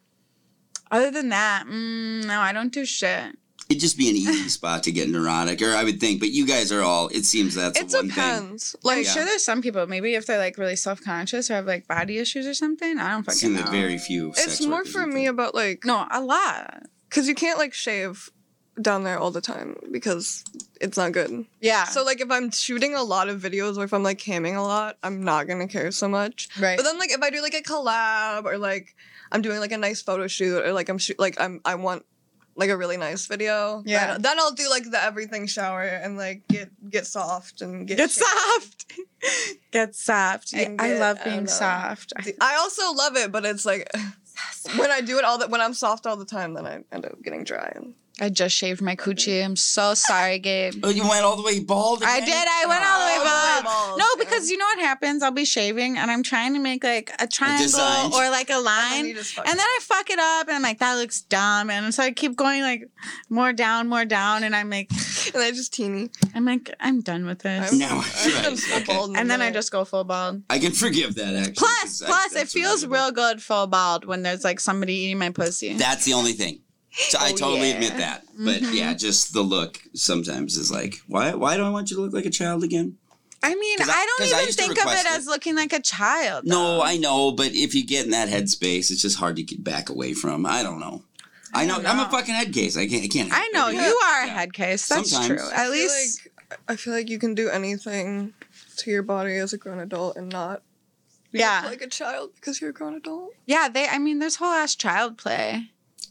Speaker 1: Other than that, mm, no, I don't do shit.
Speaker 2: It'd just be an easy spot to get neurotic, or I would think. But you guys are all. It seems that's
Speaker 3: it
Speaker 2: the one thing.
Speaker 3: depends. Like,
Speaker 1: I'm sure there's some people maybe if they're like really self conscious or have like body issues or something. I don't
Speaker 2: I've
Speaker 1: fucking
Speaker 2: seen
Speaker 1: know.
Speaker 2: that very few.
Speaker 3: it's
Speaker 2: sex
Speaker 3: more
Speaker 2: workers
Speaker 3: for
Speaker 2: do
Speaker 3: me
Speaker 2: that.
Speaker 3: about like,
Speaker 1: no, a lot.
Speaker 3: because you can't like shave down there all the time because it's not good.
Speaker 1: Yeah.
Speaker 3: So like, if I'm shooting a lot of videos or if I'm like camming a lot, I'm not gonna care so much.
Speaker 1: right.
Speaker 3: But then like if I do like a collab or like I'm doing like a nice photo shoot or like I'm shoot like I'm I want like a really nice video.
Speaker 1: Yeah.
Speaker 3: Then, then I'll do like the everything shower and like get get soft and get,
Speaker 1: get
Speaker 3: shaped.
Speaker 1: soft. get soft. Yeah,
Speaker 3: And
Speaker 1: I
Speaker 3: get-
Speaker 1: love
Speaker 3: I don't
Speaker 1: being
Speaker 3: know.
Speaker 1: soft. I-
Speaker 3: I also love it, but it's like when I do it all the when I'm soft all the time, then I end up getting dry. And
Speaker 1: I just shaved my coochie. I'm so sorry, Gabe.
Speaker 2: Oh, you went all the way bald.
Speaker 1: I
Speaker 2: again? Ah.
Speaker 1: did. I went all the way
Speaker 3: Oh,
Speaker 1: above.
Speaker 3: balls,
Speaker 1: No,
Speaker 3: yeah.
Speaker 1: because you know what happens? I'll be shaving and I'm trying to make like a triangle
Speaker 2: design.
Speaker 1: or like a line.
Speaker 3: you just fuck
Speaker 1: And then I fuck it up and I'm like, that looks dumb. And so I keep going like more down, more down. And I'm like,
Speaker 3: and I just teeny.
Speaker 1: I'm like, I'm done with this.
Speaker 3: I'm,
Speaker 2: No,
Speaker 3: I'm
Speaker 2: right,
Speaker 3: so
Speaker 2: okay.
Speaker 3: bald in the
Speaker 1: and then I
Speaker 3: middle.
Speaker 1: just go full bald.
Speaker 2: I can forgive that actually.
Speaker 1: Plus,
Speaker 2: 'cause I-
Speaker 1: plus, it
Speaker 2: that's what I
Speaker 1: feels
Speaker 2: did.
Speaker 1: real good full bald when there's like somebody eating my pussy.
Speaker 2: That's the only thing. So I
Speaker 1: Oh,
Speaker 2: totally
Speaker 1: yeah.
Speaker 2: admit that. But
Speaker 1: Mhm.
Speaker 2: yeah, just the look sometimes is like, why? Why do I want you to look like a child again?
Speaker 1: I mean,
Speaker 2: 'Cause
Speaker 1: I,
Speaker 2: I-
Speaker 1: don't
Speaker 2: 'cause I
Speaker 1: even
Speaker 2: used to
Speaker 1: think of it,
Speaker 2: request it.
Speaker 1: as looking like a child.
Speaker 2: No,
Speaker 1: though.
Speaker 2: I know, but if you get in that headspace, it's just hard to get back away from. I don't know. I know.
Speaker 1: don't
Speaker 2: I'm
Speaker 1: know.
Speaker 2: a fucking head case. I can't. I can't.
Speaker 1: I know
Speaker 2: Yeah.
Speaker 1: you are a
Speaker 2: Yeah.
Speaker 1: head case. That's
Speaker 2: Sometimes.
Speaker 1: true. At
Speaker 3: I feel
Speaker 1: least
Speaker 3: like, I feel like you can do anything to your body as a grown adult and not look
Speaker 1: yeah,
Speaker 3: like a child because you're a grown adult.
Speaker 1: yeah. They, I mean, there's whole ass child play.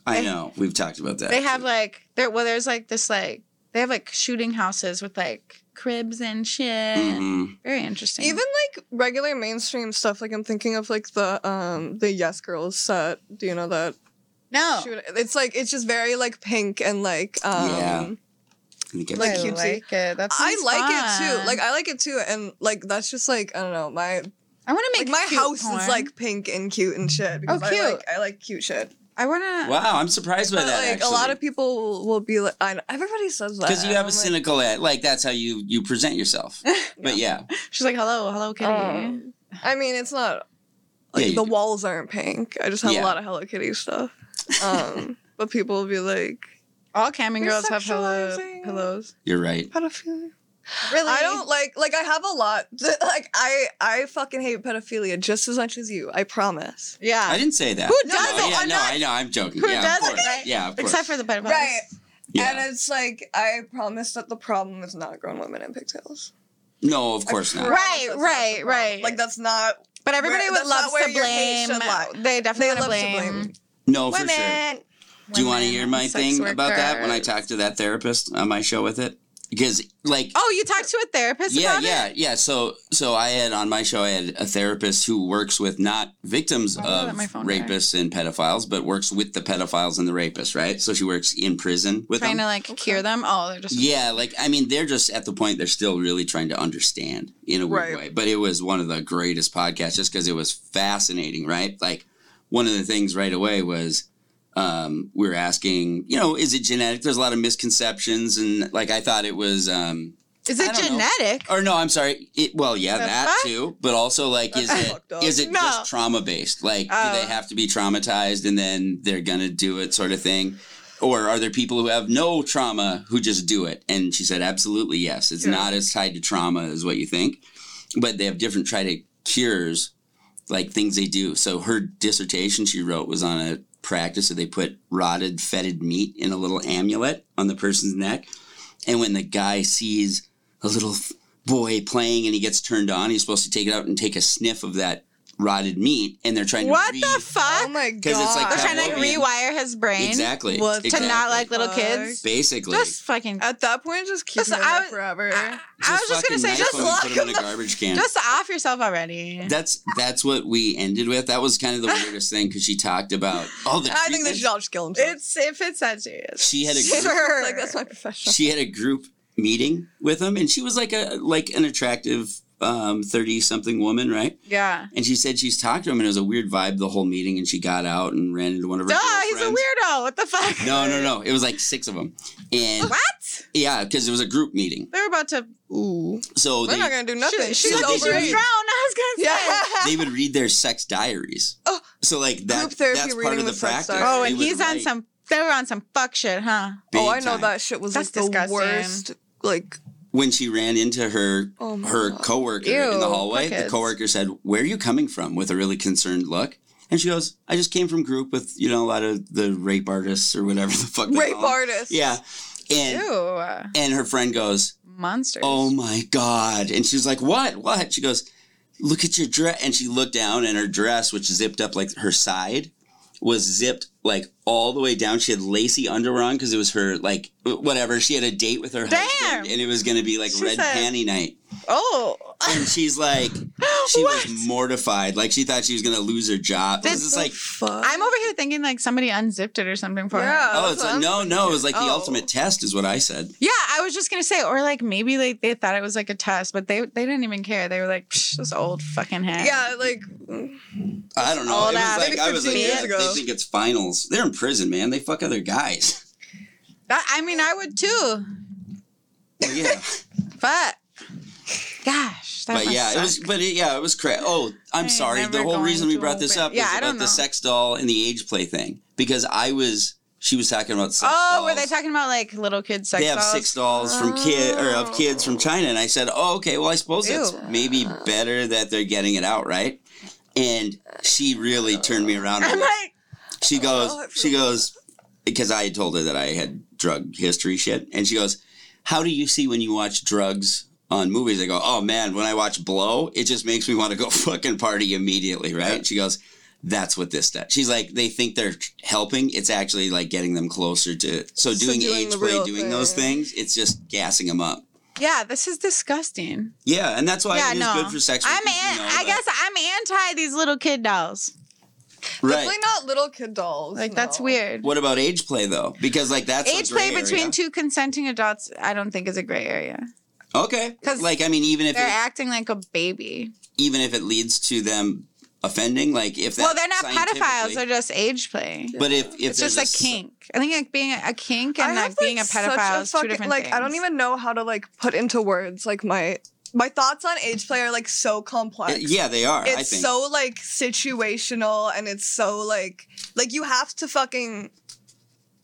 Speaker 2: I know. We've talked about that.
Speaker 1: They have
Speaker 2: too.
Speaker 1: like there. Well, there's like this like they have like shooting houses with like cribs and shit.
Speaker 2: Mhm.
Speaker 1: Very interesting.
Speaker 3: Even like regular mainstream stuff, like I'm thinking of like the um the Yes Girls set. Do you know that?
Speaker 1: no,
Speaker 3: Shoot, it's like it's just very like pink and like um
Speaker 2: Yeah. I think I've
Speaker 3: like
Speaker 1: I
Speaker 2: seen
Speaker 3: you-
Speaker 2: that.
Speaker 1: like it. That's
Speaker 3: I like it too. Like I like it too, and like that's just like I don't know my
Speaker 1: I want to
Speaker 3: like
Speaker 1: make
Speaker 3: my
Speaker 1: cute
Speaker 3: house
Speaker 1: porn. Oh,
Speaker 3: is like pink and cute and shit. Because
Speaker 1: cute.
Speaker 3: I like, I like cute shit.
Speaker 1: I want to.
Speaker 2: wow, I'm surprised by
Speaker 3: But
Speaker 2: that.
Speaker 3: like
Speaker 2: actually.
Speaker 3: a lot of people will, will be like, I know, everybody says that
Speaker 1: um,
Speaker 2: because you have a
Speaker 3: I'm like,
Speaker 2: cynical at like that's how you you present yourself. But yeah,
Speaker 1: She's like, hello, hello, kitty.
Speaker 3: Um, I mean, it's not like
Speaker 2: Yeah, you
Speaker 3: the
Speaker 2: do.
Speaker 3: walls aren't pink. I just have
Speaker 2: Yeah.
Speaker 3: a lot of Hello Kitty stuff. Um, but people will be like,
Speaker 1: All camming
Speaker 3: you're
Speaker 1: girls have hello
Speaker 3: Oh. sexualizing-
Speaker 1: pillows.
Speaker 2: you're right.
Speaker 3: pedophilia.
Speaker 1: Really?
Speaker 3: I don't like like I have a lot. Like I I fucking hate pedophilia just as much as you. I promise.
Speaker 1: Yeah.
Speaker 2: I didn't say that.
Speaker 1: Uh, Who
Speaker 2: No,
Speaker 1: doesn't?
Speaker 2: yeah,
Speaker 1: I'm
Speaker 2: no,
Speaker 1: not-
Speaker 2: I know. I'm joking.
Speaker 1: Who
Speaker 2: yeah, of
Speaker 1: doesn't,
Speaker 2: course.
Speaker 1: right?
Speaker 2: Yeah, of course.
Speaker 1: Except for the pedophiles.
Speaker 3: Right.
Speaker 2: yeah.
Speaker 3: And it's like I promise that the problem is not grown women in pigtails.
Speaker 2: No, of course
Speaker 3: I
Speaker 2: not.
Speaker 3: promise
Speaker 1: Right,
Speaker 3: that's not the
Speaker 1: right,
Speaker 3: problem.
Speaker 1: right.
Speaker 3: Like that's not.
Speaker 1: But everybody
Speaker 3: Where-
Speaker 1: would
Speaker 3: that's not
Speaker 1: loves
Speaker 3: where
Speaker 1: to
Speaker 3: your hate
Speaker 1: blame.
Speaker 3: should lie.
Speaker 1: They definitely
Speaker 3: They
Speaker 1: wanna
Speaker 3: love to
Speaker 1: blame.
Speaker 3: blame.
Speaker 2: No, for
Speaker 3: Women.
Speaker 2: sure. Do you want to
Speaker 1: women
Speaker 2: hear
Speaker 1: and
Speaker 2: my
Speaker 1: sex
Speaker 2: thing about that when I
Speaker 1: workers.
Speaker 2: talk to that therapist on my show with it? Because like
Speaker 1: Oh, you talked to a therapist
Speaker 2: yeah,
Speaker 1: about
Speaker 2: yeah,
Speaker 1: it?
Speaker 2: yeah. So, so I had on my show, I had a therapist who works with not victims
Speaker 1: Why did I let
Speaker 2: of
Speaker 1: Oh, my phone
Speaker 2: rapists and pedophiles, but works with the pedophiles and the rapists, right? So she works in prison with
Speaker 1: Trying
Speaker 2: them.
Speaker 1: to like cure them. Oh, they're just
Speaker 2: yeah, like I mean, they're just at the point they're still really trying to understand in a weird
Speaker 3: Right.
Speaker 2: way. But it was one of the greatest podcasts just because it was fascinating, right? Like one of the things right away was um, we were asking, you know, is it genetic? There's a lot of misconceptions, and like I thought it was. Um,
Speaker 1: Is
Speaker 2: I
Speaker 1: it
Speaker 2: don't know.
Speaker 1: genetic?
Speaker 2: or no, I'm sorry. It, well, yeah,
Speaker 1: The
Speaker 2: that
Speaker 1: fuck?
Speaker 2: too. But also, like, is
Speaker 3: That's
Speaker 2: it
Speaker 3: fucked up.
Speaker 2: is it
Speaker 1: No.
Speaker 2: just trauma based? Like,
Speaker 1: Oh.
Speaker 2: do they have to be traumatized and then they're gonna do it, sort of thing? Or are there people who have no trauma who just do it? And she said, absolutely yes. It's
Speaker 3: Yeah.
Speaker 2: not as tied to trauma as what you think, but they have different try to cures, like things they do. So her dissertation she wrote was on a practice that they put rotted, fetid meat in a little amulet on the person's neck, and when the guy sees a little f- boy playing and he gets turned on, he's supposed to take it out and take a sniff of that rotted meat, and they're trying
Speaker 1: What
Speaker 2: to read.
Speaker 1: the fuck?
Speaker 3: Oh my god.
Speaker 2: 'Cause it's like
Speaker 1: They're trying to like,
Speaker 2: Pavlovian.
Speaker 1: rewire his brain.
Speaker 2: Exactly,
Speaker 1: Well, to
Speaker 2: exactly.
Speaker 1: not like little
Speaker 3: Fuck.
Speaker 1: kids.
Speaker 2: Basically,
Speaker 1: Just fucking.
Speaker 3: At that point, just keep
Speaker 1: Listen,
Speaker 3: them
Speaker 1: I
Speaker 3: there
Speaker 1: was-
Speaker 3: forever.
Speaker 1: I, I was just gonna
Speaker 2: fucking
Speaker 1: say,
Speaker 2: knife
Speaker 1: just
Speaker 2: him and
Speaker 1: lock
Speaker 2: put him in a
Speaker 1: him.
Speaker 2: garbage can.
Speaker 1: Just off yourself already.
Speaker 2: that's that's what we ended with. That was kind of the weirdest thing because she talked about all the.
Speaker 3: I think they
Speaker 2: treatments.
Speaker 3: should all just kill themselves.
Speaker 1: it's if it's that serious.
Speaker 2: She had a group-
Speaker 1: sure.
Speaker 3: like that's my profession.
Speaker 2: she had a group meeting with them, and she was like a like an attractive um thirty something woman, right?
Speaker 1: yeah.
Speaker 2: And she said she's talked to him, and it was a weird vibe the whole meeting. And she got out and ran into one of her.
Speaker 1: Duh, he's a
Speaker 2: girlfriends.
Speaker 1: weirdo. What the fuck?
Speaker 2: No, no, no. It was like six of them, and
Speaker 1: What?
Speaker 2: yeah, because it was a group meeting.
Speaker 1: They're about to.
Speaker 3: Ooh.
Speaker 2: So
Speaker 3: We're
Speaker 2: they,
Speaker 3: not gonna do nothing.
Speaker 1: She, she
Speaker 3: She's
Speaker 1: looked like she was
Speaker 3: overage.
Speaker 1: drowned. I was gonna say.
Speaker 3: Yeah.
Speaker 2: they would read their sex diaries.
Speaker 3: Oh.
Speaker 2: so like that.
Speaker 3: Group therapy
Speaker 2: that's part
Speaker 3: reading
Speaker 2: of the
Speaker 3: the sex
Speaker 2: practice.
Speaker 3: diaries.
Speaker 1: Oh,
Speaker 2: They
Speaker 1: and
Speaker 2: would
Speaker 1: he's on
Speaker 2: write
Speaker 1: some. They were on some fuck shit, huh?
Speaker 2: big
Speaker 3: Oh, I know
Speaker 2: time.
Speaker 3: that shit was
Speaker 1: That's
Speaker 3: like the
Speaker 1: disgusting.
Speaker 3: worst. Like,
Speaker 2: When she ran into her
Speaker 3: oh my
Speaker 2: her
Speaker 3: god.
Speaker 2: coworker in
Speaker 1: Ew,
Speaker 2: the hallway,
Speaker 1: fuck
Speaker 2: the
Speaker 1: it.
Speaker 2: coworker said, "Where are you coming from?" with a really concerned look. And she goes, "I just came from group with you know a lot of the rape artists or whatever the fuck they
Speaker 3: rape
Speaker 2: call 'em."
Speaker 3: artist.
Speaker 2: Yeah, and
Speaker 1: Ew. uh,
Speaker 2: and her friend goes,
Speaker 1: Monsters.
Speaker 2: Oh my God. And she's like, What? What? She goes, Look at your dress. And she looked down, and her dress, which zipped up like her side, was zipped like all the way down. She had lacy underwear on because it was her, like, whatever. She had a date with her
Speaker 1: Damn.
Speaker 2: husband, and it was going to be like
Speaker 1: She
Speaker 2: red
Speaker 1: said-
Speaker 2: panty night.
Speaker 1: Oh.
Speaker 2: And she's like, She was mortified. Like, she thought she was going to lose her job. It
Speaker 1: Did
Speaker 2: was just
Speaker 3: The
Speaker 2: like,
Speaker 3: fuck?
Speaker 1: I'm over here thinking like somebody unzipped it or something for her.
Speaker 3: Yeah.
Speaker 2: Oh,
Speaker 3: that's
Speaker 2: it's
Speaker 3: what
Speaker 2: like,
Speaker 3: I'm
Speaker 2: no, no. It was like the
Speaker 3: Oh.
Speaker 2: ultimate test, is what I said.
Speaker 1: Yeah, I was just gonna say, or like maybe like they thought it was like a test, but they they didn't even care. They were like, Psh, this old fucking hat.
Speaker 3: Yeah, like
Speaker 2: I don't know.
Speaker 1: all
Speaker 2: It was
Speaker 1: that.
Speaker 2: like,
Speaker 3: Maybe
Speaker 2: I was like,
Speaker 3: 15 years
Speaker 2: yeah,
Speaker 3: ago.
Speaker 2: they think it's finals. They're in prison, man. They fuck other guys.
Speaker 1: That- I mean, I would too,
Speaker 2: Well, yeah,
Speaker 1: but gosh, that
Speaker 2: but
Speaker 1: must
Speaker 2: yeah, it was.
Speaker 1: suck.
Speaker 2: But it, yeah, it was crazy. Oh,
Speaker 1: I
Speaker 2: I'm
Speaker 1: ain't
Speaker 2: sorry. The
Speaker 1: never
Speaker 2: whole
Speaker 1: going
Speaker 2: reason we
Speaker 1: to
Speaker 2: brought this
Speaker 1: open-
Speaker 2: up
Speaker 1: Yeah,
Speaker 2: is
Speaker 1: I don't
Speaker 2: about the
Speaker 1: know.
Speaker 2: sex doll and the age play thing because I was. She was talking about sex
Speaker 1: Oh, were
Speaker 2: dolls.
Speaker 1: they talking about like little kids sex
Speaker 2: They have
Speaker 1: dolls? Oh.
Speaker 2: six dolls from kid or of kids from China, and I said, "Oh, okay. Well, I suppose it's
Speaker 1: Ew.
Speaker 2: maybe better that they're getting it out, right?" And she really turned me around. on
Speaker 1: I'm
Speaker 2: this.
Speaker 1: like,
Speaker 2: She
Speaker 1: Oh,
Speaker 2: goes,
Speaker 3: I feel
Speaker 2: she goes, because I had told her that I had drug history shit, and she goes, "How do you see when you watch drugs on movies?" I go, "Oh man, when I watch Blow, it just makes me want to go fucking party immediately, right?" She goes, "That's what this does." She's like, "They think they're helping; it's actually like getting them closer to so doing,
Speaker 3: doing
Speaker 2: age
Speaker 3: the
Speaker 2: play,
Speaker 3: real
Speaker 2: doing those
Speaker 3: thing.
Speaker 2: things. It's just gassing them up."
Speaker 1: yeah, this is disgusting.
Speaker 2: Yeah, and that's why
Speaker 1: Yeah,
Speaker 2: it is
Speaker 1: no.
Speaker 2: good for sex.
Speaker 1: I'm
Speaker 2: workers, you
Speaker 1: an-
Speaker 2: know,
Speaker 1: I
Speaker 2: that-
Speaker 1: guess I'm anti these little kid dolls.
Speaker 2: right.
Speaker 3: definitely not little kid dolls.
Speaker 1: Like that's
Speaker 3: no.
Speaker 1: weird.
Speaker 2: What about age play though? Because like that's a
Speaker 1: Age play
Speaker 2: gray
Speaker 1: between
Speaker 2: area.
Speaker 1: two consenting adults, I don't think is a gray area.
Speaker 2: Okay,
Speaker 1: 'Cause
Speaker 2: like I mean, even if
Speaker 1: They're
Speaker 2: it-
Speaker 1: acting like a baby.
Speaker 2: even if it leads to them offending. Like if that
Speaker 1: well, they're not pedophiles.
Speaker 2: scientifically-
Speaker 1: They're just age play.
Speaker 2: but if if
Speaker 1: It's just
Speaker 2: there's
Speaker 1: a kink. I think like being a kink
Speaker 3: I
Speaker 1: and like
Speaker 3: have,
Speaker 1: being a
Speaker 3: such
Speaker 1: pedophile is two
Speaker 3: fucking-
Speaker 1: different
Speaker 3: like I don't
Speaker 1: things.
Speaker 3: even know how to like put into words like my my thoughts on age play are like so
Speaker 2: Uh,
Speaker 3: complex.
Speaker 2: yeah, they are. I
Speaker 3: It's
Speaker 2: think.
Speaker 3: so like situational and it's so like like you have to fucking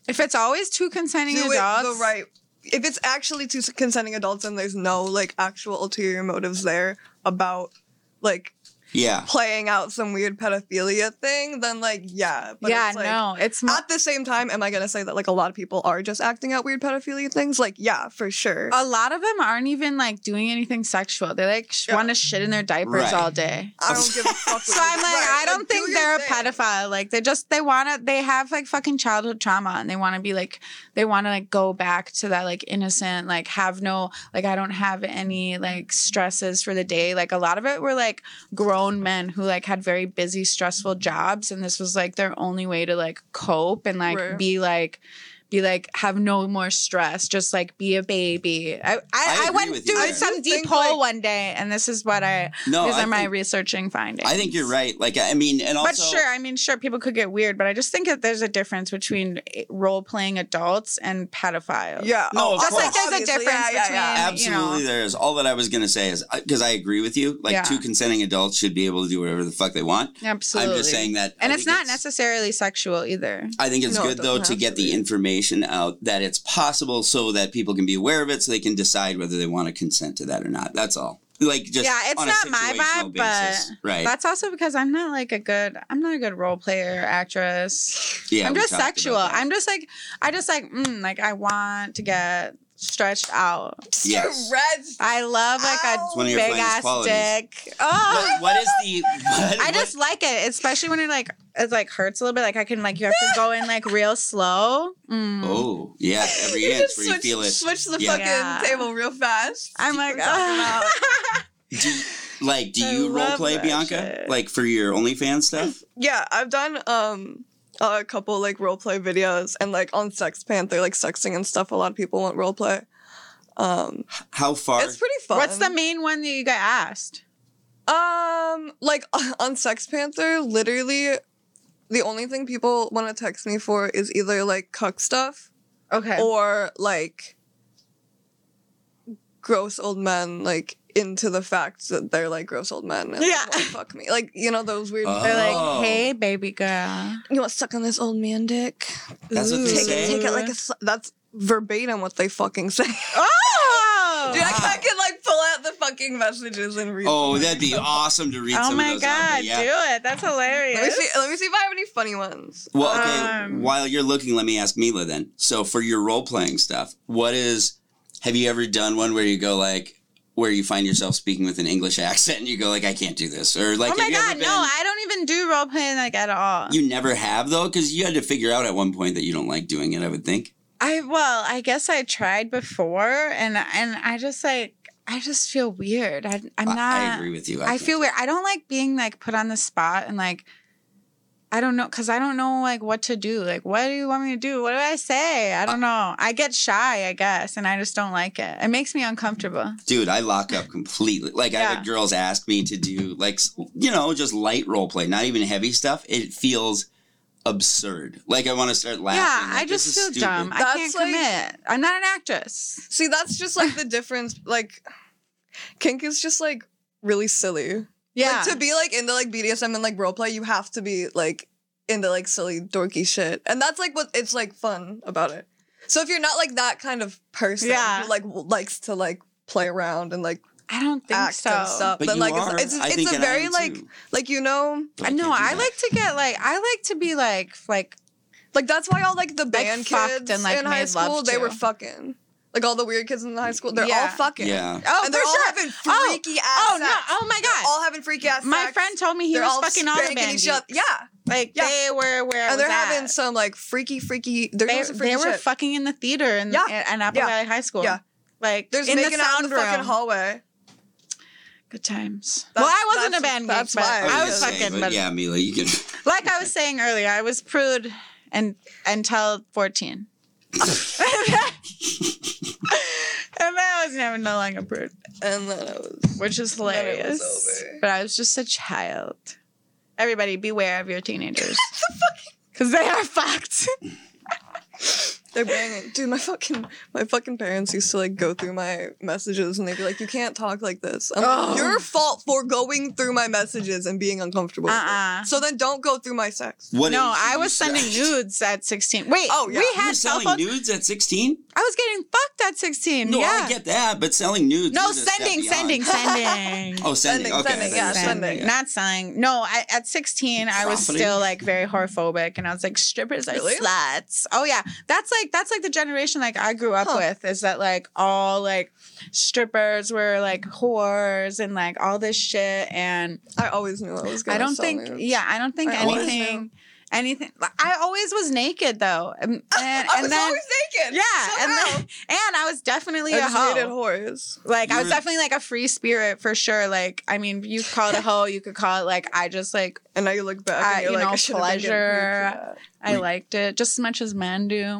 Speaker 1: If it's always two consenting
Speaker 3: do
Speaker 1: adults,
Speaker 3: it the right. If it's actually two consenting adults and there's no like actual ulterior motives there about like
Speaker 2: Yeah.
Speaker 3: playing out some weird pedophilia thing, then like yeah. But
Speaker 1: yeah,
Speaker 3: it's, like,
Speaker 1: no, it's mo-
Speaker 3: At the same time, am I gonna say that like a lot of people are just acting out weird pedophilia things? Like yeah, for sure.
Speaker 1: a lot of them aren't even like doing anything sexual. They like sh-
Speaker 3: Yeah.
Speaker 1: want to shit in their diapers
Speaker 2: Right.
Speaker 1: all day.
Speaker 3: I don't give a fuck. what
Speaker 1: So
Speaker 3: you-
Speaker 1: I'm like,
Speaker 3: Right,
Speaker 1: I don't
Speaker 3: like, do
Speaker 1: think
Speaker 3: your
Speaker 1: they're a
Speaker 3: thing.
Speaker 1: pedophile. Like they just they want to they have like fucking childhood trauma and they want to be like they want to like go back to that like innocent like have no like I don't have any like stresses for the day. Like a lot of it were like grown men who like had very busy stressful jobs and this was like their only way to like cope and like
Speaker 3: Right.
Speaker 1: be like be like have no more stress just like be a baby i i, I,
Speaker 2: agree
Speaker 1: went
Speaker 2: with you
Speaker 1: through
Speaker 2: there.
Speaker 1: some
Speaker 3: I
Speaker 1: deep
Speaker 3: think,
Speaker 1: hole
Speaker 3: like-
Speaker 1: one day and this is what i
Speaker 2: No,
Speaker 1: these
Speaker 2: I
Speaker 1: are my
Speaker 2: think,
Speaker 1: researching findings
Speaker 2: I think you're right. Like, I mean, and also,
Speaker 1: but sure, I mean, sure, people could get weird, but I just think that there's a difference between role playing adults and pedophiles.
Speaker 3: Yeah. oh,
Speaker 2: No, of
Speaker 1: Just like
Speaker 2: course.
Speaker 1: there's a
Speaker 3: Obviously,
Speaker 1: difference
Speaker 3: yeah, yeah, yeah.
Speaker 1: between,
Speaker 2: absolutely
Speaker 1: you know,
Speaker 2: there is. All that I was going to say is because I agree with you. Like,
Speaker 1: Yeah.
Speaker 2: two consenting adults should be able to do whatever the fuck they want.
Speaker 1: absolutely.
Speaker 2: I'm just saying that.
Speaker 1: And
Speaker 2: I
Speaker 1: it's
Speaker 2: think
Speaker 1: not necessarily sexual either.
Speaker 2: I think it's
Speaker 3: No,
Speaker 2: good
Speaker 3: it
Speaker 2: though
Speaker 3: doesn't
Speaker 2: to get
Speaker 3: have to
Speaker 2: the
Speaker 3: be.
Speaker 2: information out that it's possible, so that people can be aware of it, so they can decide whether they want to consent to that or not. That's all. Like just
Speaker 1: Yeah, it's
Speaker 2: on a
Speaker 1: not my
Speaker 2: situational
Speaker 1: vibe, but
Speaker 2: basis. right?
Speaker 1: That's also because I'm not like a good, I'm not a good role player, actress.
Speaker 2: yeah,
Speaker 1: I'm
Speaker 2: we
Speaker 1: just
Speaker 2: talked about
Speaker 1: sexual.
Speaker 2: that.
Speaker 1: I'm just like, I just like, mm, like I want to get stretched out.
Speaker 2: Yes.
Speaker 3: Reds.
Speaker 1: I love like a
Speaker 3: It's
Speaker 2: one of your
Speaker 1: big
Speaker 2: finest
Speaker 1: ass
Speaker 2: qualities.
Speaker 1: dick. Oh.
Speaker 2: What- what is the? What,
Speaker 1: I just like it, especially when it like it like hurts a little bit. Like I can like you have to go in like real slow. Mm.
Speaker 2: what- oh yeah, every
Speaker 3: You
Speaker 2: inch
Speaker 3: just
Speaker 2: where you
Speaker 3: switch,
Speaker 2: feel it.
Speaker 3: switch the
Speaker 2: Yeah.
Speaker 3: fucking
Speaker 1: Yeah.
Speaker 3: table real fast.
Speaker 1: I'm like,
Speaker 3: We're talking
Speaker 1: "Ah."
Speaker 2: Do you- like, do
Speaker 1: I
Speaker 2: you role
Speaker 1: love
Speaker 2: play
Speaker 1: that
Speaker 2: Bianca?
Speaker 1: shit.
Speaker 2: Like for your OnlyFans stuff?
Speaker 3: Yeah, I've done um a couple like role play videos and like on Sex Panther, like sexting and stuff. A lot of people want role play. Um,
Speaker 2: How far?
Speaker 3: it's pretty fun.
Speaker 1: what's the main one that you got asked?
Speaker 3: um like on Sex Panther? Literally, the only thing people want to text me for is either like cuck stuff
Speaker 1: Okay.
Speaker 3: or like gross old men like into the fact that they're like gross old men and
Speaker 1: Yeah.
Speaker 3: yeah fuck me like you know those weird
Speaker 2: Uh-huh.
Speaker 1: They're
Speaker 2: Oh.
Speaker 1: like, hey, baby girl.
Speaker 3: you want to suck on this old man dick
Speaker 2: That's what they
Speaker 3: take
Speaker 2: say?
Speaker 3: it, take it like a. Sl- that's verbatim what they fucking say.
Speaker 1: Oh,
Speaker 3: Dude, I, I can like pull out the fucking messages and read.
Speaker 2: Ah. oh, that'd be awesome to read.
Speaker 1: oh
Speaker 2: some of
Speaker 1: my
Speaker 2: those out, but
Speaker 1: god,
Speaker 2: yeah.
Speaker 1: do it. That's hilarious.
Speaker 3: let me see. Let me see if I have any funny ones. Uh,
Speaker 2: Well, okay.
Speaker 1: Um,
Speaker 2: while you're looking, let me ask Mila then. So for your role playing stuff, what is? Have you ever done one where you go like, where you find yourself speaking with an English accent and you go like, I can't do this, or like,
Speaker 1: oh my
Speaker 2: have you
Speaker 1: god,
Speaker 2: ever been?
Speaker 1: no, I don't even do role playing like at all.
Speaker 2: you never have though, because you had to figure out at one point that you don't like doing it. I would think.
Speaker 1: I well, I guess I tried before, and and I just like I just feel weird. I, I'm
Speaker 2: I-
Speaker 1: not.
Speaker 2: I, agree with you.
Speaker 1: I
Speaker 2: think.
Speaker 1: feel weird. I don't like being like put on the spot and like I don't know because I don't know like what to do. Like, what do you want me to do? What do I say? I don't know. I get shy, I guess, and I just don't like it. It makes me uncomfortable.
Speaker 2: Dude, I lock up completely. Like I
Speaker 1: Yeah.
Speaker 2: had girls ask me to do like s- you know just light role play, not even heavy stuff. It feels absurd. Like I want to start laughing.
Speaker 1: yeah,
Speaker 2: Like,
Speaker 1: I
Speaker 2: this
Speaker 1: just
Speaker 2: is
Speaker 1: feel
Speaker 2: stupid.
Speaker 1: dumb. I
Speaker 3: That's
Speaker 1: can't
Speaker 3: like-
Speaker 1: commit. I'm not an actress.
Speaker 3: See, that's just like the difference. Like, kink is just like really silly.
Speaker 1: Yeah,
Speaker 3: Like, to be like into like BDSM and like roleplay, you have to be like into like silly dorky shit, and that's like what it's like fun about it. So if you're not like that kind of person
Speaker 1: Yeah.
Speaker 3: who like w- likes to like play around and like
Speaker 1: I don't think
Speaker 3: act
Speaker 1: so.
Speaker 3: and stuff,
Speaker 2: But
Speaker 3: then
Speaker 2: you
Speaker 3: like
Speaker 2: are.
Speaker 3: it's
Speaker 2: I
Speaker 3: it's,
Speaker 2: think
Speaker 3: it's a
Speaker 2: and I
Speaker 3: very
Speaker 2: am,
Speaker 3: like
Speaker 2: too.
Speaker 3: like you know
Speaker 2: But
Speaker 1: no,
Speaker 2: can't do
Speaker 1: I
Speaker 2: that.
Speaker 1: like to get like I like to be like like
Speaker 3: Like that's why all like the band
Speaker 1: fucked
Speaker 3: kids
Speaker 1: and, like,
Speaker 3: in high
Speaker 1: made love
Speaker 3: school they
Speaker 1: to.
Speaker 3: were fucking. Like all the weird kids in high school, they're all
Speaker 1: Yeah.
Speaker 3: fucking.
Speaker 2: Yeah.
Speaker 1: oh
Speaker 3: and
Speaker 1: for
Speaker 3: they're all
Speaker 1: sure.
Speaker 3: having
Speaker 1: Oh,
Speaker 3: freaky ass.
Speaker 1: oh no
Speaker 3: sex.
Speaker 1: oh my
Speaker 3: They're
Speaker 1: god.
Speaker 3: all having freaky ass.
Speaker 1: my
Speaker 3: sex.
Speaker 1: friend told me he
Speaker 3: they're
Speaker 1: was
Speaker 3: all
Speaker 1: fucking all
Speaker 3: spanking each other. Yeah,
Speaker 1: Like
Speaker 3: Yeah.
Speaker 1: they were where I
Speaker 3: and they're
Speaker 1: was at.
Speaker 3: having some like freaky, freaky. They're
Speaker 1: they,
Speaker 3: doing some
Speaker 1: they
Speaker 3: freaky
Speaker 1: were
Speaker 3: shit.
Speaker 1: fucking in the theater in,
Speaker 3: Yeah.
Speaker 1: in, in Apple
Speaker 3: Yeah.
Speaker 1: Valley High School.
Speaker 3: Yeah.
Speaker 1: Like
Speaker 3: There's
Speaker 1: in the
Speaker 3: making out
Speaker 1: sound
Speaker 3: in the fucking
Speaker 1: room.
Speaker 3: hallway.
Speaker 1: Good times.
Speaker 3: That's-
Speaker 1: well, I wasn't a
Speaker 3: that's-
Speaker 1: band geek,
Speaker 3: that's
Speaker 1: but
Speaker 3: why I
Speaker 1: I
Speaker 3: was
Speaker 1: was
Speaker 2: gonna
Speaker 1: fucking.
Speaker 2: say, but
Speaker 1: but
Speaker 2: yeah, Mila, you can.
Speaker 1: like I was saying earlier, I was prude and until fourteen. and I was never no longer prude,
Speaker 3: And then I was.
Speaker 1: which is
Speaker 3: Then it was
Speaker 1: hilarious.
Speaker 3: over.
Speaker 1: But I was just a child. Everybody, beware of your teenagers. Because they are fucked.
Speaker 3: They're banging. Dude, my fucking my fucking parents used to like go through my messages and they'd be like, "You can't talk like this." I'm like,
Speaker 1: Oh.
Speaker 3: Your fault for going through my messages and being uncomfortable. with it.
Speaker 1: Uh-uh.
Speaker 3: So then don't go through my sex.
Speaker 2: What
Speaker 1: no,
Speaker 2: age
Speaker 1: I
Speaker 2: did
Speaker 1: was
Speaker 2: you
Speaker 1: sending
Speaker 2: start?
Speaker 1: nudes at 16. Wait,
Speaker 3: Oh,
Speaker 1: oh,
Speaker 3: yeah.
Speaker 1: we
Speaker 2: You were
Speaker 1: had cell
Speaker 2: selling
Speaker 1: phones.
Speaker 2: nudes at 16?
Speaker 1: I was getting fucked at 16.
Speaker 2: No,
Speaker 1: yeah.
Speaker 2: I get that, but selling nudes.
Speaker 1: no,
Speaker 2: is a step
Speaker 1: sending,
Speaker 2: beyond.
Speaker 1: sending, sending.
Speaker 2: Oh, sending. okay,
Speaker 3: Sending, sending,
Speaker 2: I thought you were
Speaker 3: yeah, sending.
Speaker 2: yeah.
Speaker 1: Not selling. No, I, at 16, I was
Speaker 2: Profiting.
Speaker 1: still like very horophobic and I was like, strippers are
Speaker 3: Really?
Speaker 1: sluts. Oh, yeah. That's like, that's like the generation like I grew up
Speaker 3: Huh.
Speaker 1: with is that like all like strippers were like whores and like all this shit. And
Speaker 3: I always knew I was going to
Speaker 1: I don't think, yeah, I don't think
Speaker 3: I always
Speaker 1: anything, anything. I always was naked though. And, and,
Speaker 3: I
Speaker 1: and
Speaker 3: was
Speaker 1: then,
Speaker 3: always naked.
Speaker 1: yeah. And,
Speaker 3: somehow.
Speaker 1: then, and I was definitely
Speaker 3: I
Speaker 1: a
Speaker 3: just
Speaker 1: hoe.
Speaker 3: hated whores.
Speaker 1: Like I was
Speaker 2: You're-
Speaker 1: definitely like a free spirit for sure. Like I mean, you call it a hoe, you could call it like I just like
Speaker 3: And now you look back
Speaker 1: Uh,
Speaker 3: and you're
Speaker 1: you
Speaker 3: like,
Speaker 1: know,
Speaker 3: I should have been getting paid for
Speaker 1: pleasure.
Speaker 3: that.
Speaker 1: I
Speaker 2: We-
Speaker 1: liked it just as much as men do.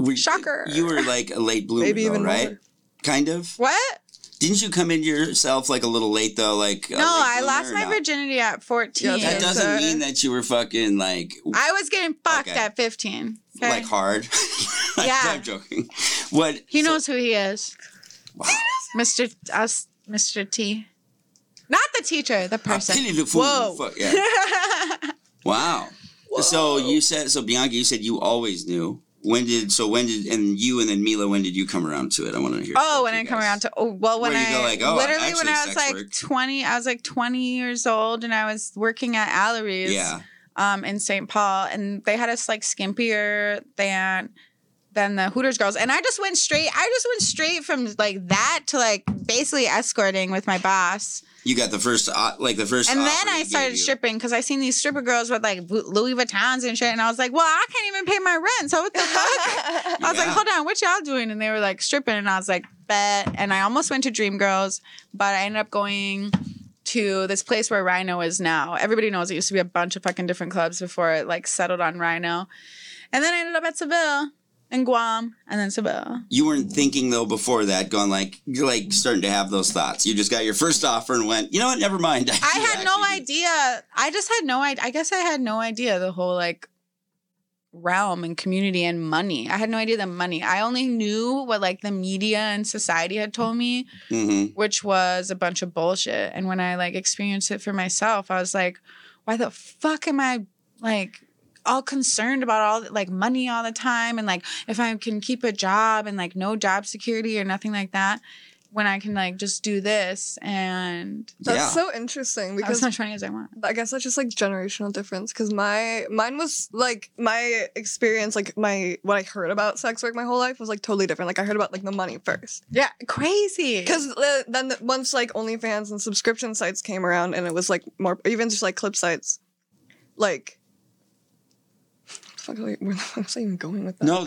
Speaker 2: Were-
Speaker 1: Shocker.
Speaker 2: You were like a late bloomer,
Speaker 3: Maybe
Speaker 2: though,
Speaker 3: even
Speaker 2: right?
Speaker 3: more.
Speaker 2: Kind of.
Speaker 1: What?
Speaker 2: Didn't you come in yourself like a little late though? Like a
Speaker 1: no,
Speaker 2: late
Speaker 1: I
Speaker 2: bloomer
Speaker 1: lost
Speaker 2: or
Speaker 1: my
Speaker 2: not?
Speaker 1: virginity at
Speaker 3: Yeah,
Speaker 1: fourteen.
Speaker 3: that's-
Speaker 2: That doesn't
Speaker 3: answer.
Speaker 2: mean that you were fucking like
Speaker 1: I was getting fucked
Speaker 2: Okay.
Speaker 1: at fifteen. okay?
Speaker 2: like hard.
Speaker 1: Yeah.
Speaker 2: I'm joking. What
Speaker 1: he
Speaker 2: so-
Speaker 1: knows who he is, Mr. Us, Mr. T. Not the teacher, the person.
Speaker 2: pity the fool.
Speaker 1: Whoa.
Speaker 2: Fuck, yeah. Wow. So you said so Bianca, you said you always knew. When did so when did and you and then Mila, when did you come around to it? I want to hear.
Speaker 1: Oh,
Speaker 2: both
Speaker 1: when
Speaker 2: you
Speaker 1: I come
Speaker 2: guys.
Speaker 1: around to oh well, when
Speaker 2: Where you
Speaker 1: I
Speaker 2: go like, oh, I'm
Speaker 1: literally when
Speaker 2: actually
Speaker 1: I was
Speaker 2: sex
Speaker 1: like
Speaker 2: work.
Speaker 1: twenty, I was like twenty years old, and I was working at Allery's,
Speaker 2: Yeah.
Speaker 1: um, in St. Paul, and they had us like skimpier than than the Hooters girls, and I just went straight. I just went straight from like that to like basically escorting with my boss,
Speaker 2: You got the first uh, like the first
Speaker 1: and
Speaker 2: offer
Speaker 1: then
Speaker 2: they
Speaker 1: I
Speaker 2: gave
Speaker 1: started
Speaker 2: you.
Speaker 1: stripping because I seen these stripper girls with like Louis Vuittons and shit, and I was like, well, I can't even pay my rent, so what the fuck? I was like,
Speaker 2: Yeah.
Speaker 1: hold on, what y'all doing? And they were like stripping, and I was like, bet. And I almost went to Dream Girls, but I ended up going to this place where Rhino is now. Everybody knows it used to be a bunch of fucking different clubs before it like settled on Rhino. And then I ended up at Seville and Guam and then Seville.
Speaker 2: You weren't thinking though before that, going like you're like starting to have those thoughts. You just got your first offer and went, you know what? Never mind.
Speaker 1: I had no
Speaker 2: Actually,
Speaker 1: idea. I just had no idea. I guess I had no idea the whole like realm and community and money. I had no idea the money. I only knew what like the media and society had told me.
Speaker 2: Mhm.
Speaker 1: which was a bunch of bullshit. And when I like experienced it for myself, I was like, why the fuck am I like all concerned about all like money all the time and like if I can keep a job and like no job security or nothing like that when I can like just do this and
Speaker 3: That's
Speaker 2: yeah.
Speaker 3: so interesting
Speaker 1: have as
Speaker 3: because
Speaker 1: much money as I want.
Speaker 3: I guess that's just like generational difference because my mine was like my experience like my what I heard about sex work my whole life was like totally different like I heard about like the money first
Speaker 1: Yeah, crazy.
Speaker 3: because uh, then the, once like OnlyFans and subscription sites came around and it was like more even just like clip sites like fuck wait, where the fuck was I even going with that
Speaker 2: no, that,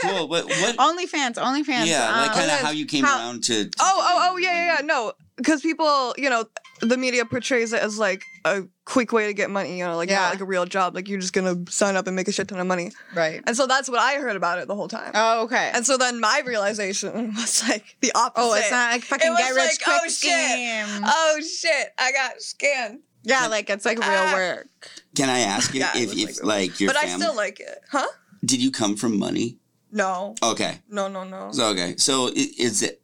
Speaker 2: that's cool. But what?
Speaker 1: Oh, OnlyFans, OnlyFans.
Speaker 2: yeah, like
Speaker 1: um,
Speaker 2: kind of how you came
Speaker 1: how-
Speaker 2: around to.
Speaker 3: Oh, oh, oh, yeah, yeah, yeah. No, because people, you know, the media portrays it as like a quick way to get money, you know, like
Speaker 1: Yeah.
Speaker 3: not like a real job. Like you're just going to sign up and make a shit ton of money.
Speaker 1: right.
Speaker 3: And so that's what I heard about it the whole time.
Speaker 1: Oh, okay.
Speaker 3: And so then my realization was like the opposite.
Speaker 1: oh, it's not like fucking
Speaker 3: was
Speaker 1: get rich
Speaker 3: like,
Speaker 1: quick
Speaker 3: oh, shit.
Speaker 1: scheme.
Speaker 3: Oh, shit. I got scammed.
Speaker 1: Yeah, like it's like real
Speaker 3: Ah.
Speaker 1: work.
Speaker 2: Can I ask you
Speaker 3: Yeah, it
Speaker 2: if,
Speaker 3: was
Speaker 2: if
Speaker 3: like-
Speaker 2: like, your
Speaker 3: but
Speaker 2: family?
Speaker 3: I still like it. Huh?
Speaker 2: did you come from money?
Speaker 3: No.
Speaker 2: Okay,
Speaker 3: No, no, no.
Speaker 2: so okay, so i- is it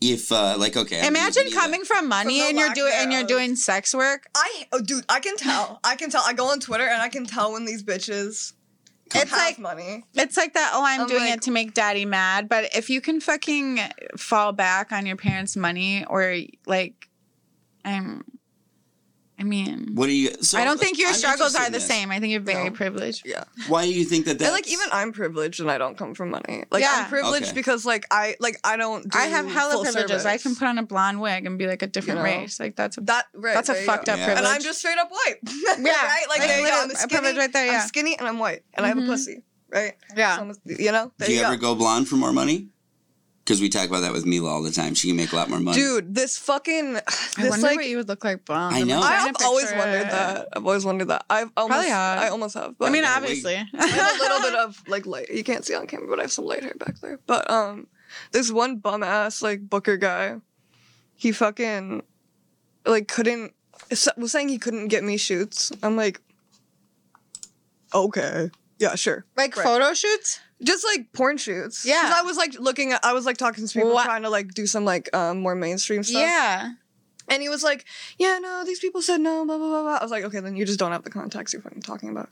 Speaker 2: if uh like okay?
Speaker 1: Imagine
Speaker 2: I'm gonna be
Speaker 1: coming from money
Speaker 3: From the
Speaker 1: and you're
Speaker 3: lack
Speaker 1: doing and you're
Speaker 3: thereof.
Speaker 1: doing sex work.
Speaker 3: I, oh, dude, I can tell. I can tell. I go on Twitter and I can tell when these bitches
Speaker 1: It's
Speaker 3: have
Speaker 1: like-
Speaker 3: money.
Speaker 1: It's like that. Oh, I'm,
Speaker 3: I'm
Speaker 1: doing
Speaker 3: like-
Speaker 1: it to make daddy mad. But if you can fucking fall back on your parents' money or like, I'm, I
Speaker 2: like-
Speaker 1: mean,
Speaker 2: What do you? So
Speaker 1: I don't think your
Speaker 2: I'm
Speaker 1: struggles
Speaker 2: interested
Speaker 1: are
Speaker 2: in
Speaker 1: the
Speaker 2: this.
Speaker 1: same. I think you're very
Speaker 3: No.
Speaker 1: privileged.
Speaker 3: Yeah.
Speaker 2: Why do you think that
Speaker 3: And
Speaker 2: that?
Speaker 3: like even I'm privileged and I don't come from money. Like
Speaker 1: Yeah.
Speaker 3: I'm privileged
Speaker 2: Okay.
Speaker 3: because like I like I don't. Do
Speaker 1: I have hella
Speaker 3: full
Speaker 1: privileges. I
Speaker 3: service.
Speaker 1: can put on a blonde wig and be like a different
Speaker 3: You know?
Speaker 1: race. Like that's a,
Speaker 3: that. Right,
Speaker 1: that's a
Speaker 3: there you
Speaker 1: fucked
Speaker 3: go.
Speaker 1: up
Speaker 2: Yeah.
Speaker 1: privilege.
Speaker 3: And I'm just straight up white.
Speaker 1: Yeah.
Speaker 3: right. Like
Speaker 2: Like,
Speaker 3: there Mm-hmm. you go.
Speaker 1: literally
Speaker 3: I'm
Speaker 1: a
Speaker 3: skinny.
Speaker 1: privilege right there, yeah.
Speaker 3: I'm skinny and I'm white and I have
Speaker 1: Mhm.
Speaker 3: a pussy. Right.
Speaker 1: yeah.
Speaker 3: So I'm a- you know. There
Speaker 2: do you,
Speaker 3: you,
Speaker 2: ever go blonde for more money? Because we talk about that with Mila all the time. She can make a lot more money.
Speaker 3: Dude, this fucking.
Speaker 1: I
Speaker 3: This
Speaker 1: wonder
Speaker 3: like.
Speaker 1: what you would look like blonde.
Speaker 2: I
Speaker 1: I'm
Speaker 2: know.
Speaker 1: trying to
Speaker 3: I've always
Speaker 1: picture
Speaker 3: wondered
Speaker 1: it.
Speaker 3: that. I've always wondered that. I've almost.
Speaker 1: have.
Speaker 3: I almost have. But
Speaker 1: I mean,
Speaker 2: Yeah, we-
Speaker 1: obviously,
Speaker 3: I have a little bit of like light. You can't see on camera, but I have some light hair back there. But um, this one bum ass like Booker guy, he fucking like couldn't s- was saying he couldn't get me shoots. I'm like, okay, yeah, sure.
Speaker 1: like
Speaker 3: Right.
Speaker 1: photo shoots.
Speaker 3: Just like porn shoots.
Speaker 1: Yeah.
Speaker 3: 'Cause I was like looking at, I was like talking to people
Speaker 1: Wha-
Speaker 3: trying to like do some like um, more mainstream stuff.
Speaker 1: Yeah.
Speaker 3: And he was like, yeah, no, these people said no, blah, blah, blah, blah. I was like, okay, then you just don't have the contacts you're fucking talking about.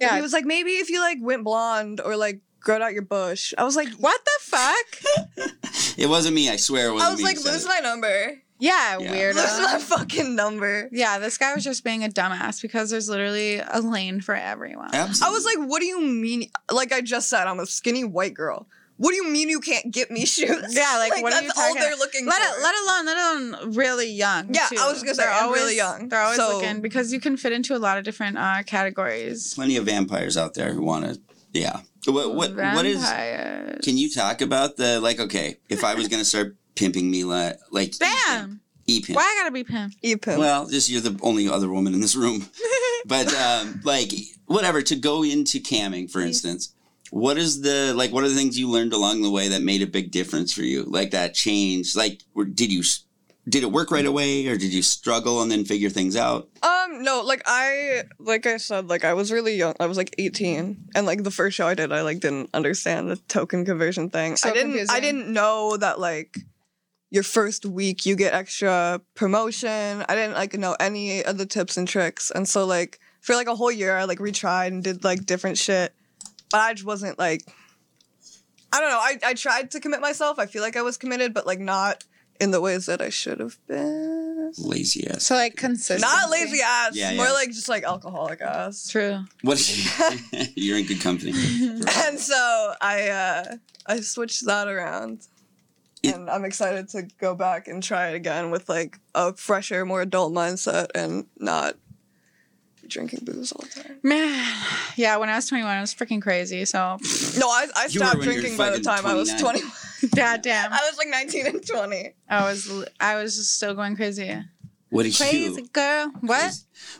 Speaker 3: Yeah.
Speaker 1: Yeah.
Speaker 3: he was like, maybe if you like went blonde or like growed out your bush. I was like,
Speaker 1: what the fuck?
Speaker 2: It wasn't me. I swear it wasn't
Speaker 3: I was
Speaker 2: me.
Speaker 3: like,
Speaker 2: who said
Speaker 3: lose
Speaker 2: it.
Speaker 3: my number.
Speaker 1: Yeah,
Speaker 2: Yeah.
Speaker 1: weirdo.
Speaker 3: Lose my fucking number.
Speaker 1: yeah, this guy was just being a dumbass because there's literally a lane for everyone.
Speaker 2: Absolutely.
Speaker 3: I was like, what do you mean? Like I just said, I'm a skinny white girl. What do you mean you can't get me shoes?
Speaker 1: Yeah, like, what are
Speaker 3: that's
Speaker 1: you
Speaker 3: all
Speaker 1: talking
Speaker 3: they're looking
Speaker 1: Let,
Speaker 3: for.
Speaker 1: it, let alone let alone really young.
Speaker 3: Yeah,
Speaker 1: too.
Speaker 3: I was gonna say,
Speaker 1: They're
Speaker 3: I'm really young,
Speaker 1: They're always
Speaker 3: so-
Speaker 1: looking because you can fit into a lot of different uh, categories.
Speaker 2: plenty of vampires out there who want to. Yeah. What what what is?
Speaker 1: Vampires.
Speaker 2: Can you talk about the like? Okay, if I was gonna start pimping Mila, like
Speaker 1: Bam!
Speaker 2: e pimp.
Speaker 1: Why I gotta be pimp?
Speaker 3: you pimp.
Speaker 2: Well, just you're the only other woman in this room. but um, like whatever to go into camming, for instance. What is the like? What are the things you learned along the way that made a big difference for you? Like that change? Like were- did you s- did it work right away, or did you struggle and then figure things out?
Speaker 3: Um, no, like I like I said, like I was really young. I was like 18. And like the first show I did, I like didn't understand the token conversion thing.
Speaker 1: So
Speaker 3: I didn't I
Speaker 1: confusing.
Speaker 3: didn't know that like your first week you get extra promotion. I didn't like know any of the tips and tricks. And so like for like a whole year I like retried and did like different shit. But I just wasn't like I don't know. I, I tried to commit myself. I feel like I was committed, but like not in the ways that I should have been.
Speaker 2: Lazy ass.
Speaker 1: So like consistent.
Speaker 3: Not lazy ass.
Speaker 2: Yeah,
Speaker 3: More
Speaker 2: yeah.
Speaker 3: like just like alcoholic ass.
Speaker 1: True.
Speaker 2: What? you're in good company.
Speaker 3: And so I uh I switched that around.
Speaker 2: It-
Speaker 3: and I'm excited to go back and try it again with like a fresher, more adult mindset and not be drinking booze all the time.
Speaker 1: Man, yeah. When I was 21, I was freaking crazy. So,
Speaker 3: No, I, I
Speaker 2: You were
Speaker 3: stopped
Speaker 2: when you were
Speaker 3: drinking by the
Speaker 2: fucking
Speaker 3: time I was
Speaker 2: 29.
Speaker 3: 20.
Speaker 1: goddamn,
Speaker 3: I was like 19 and 20.
Speaker 1: I was I was just still going crazy.
Speaker 2: What did
Speaker 1: Crazy
Speaker 2: you?
Speaker 1: girl. What?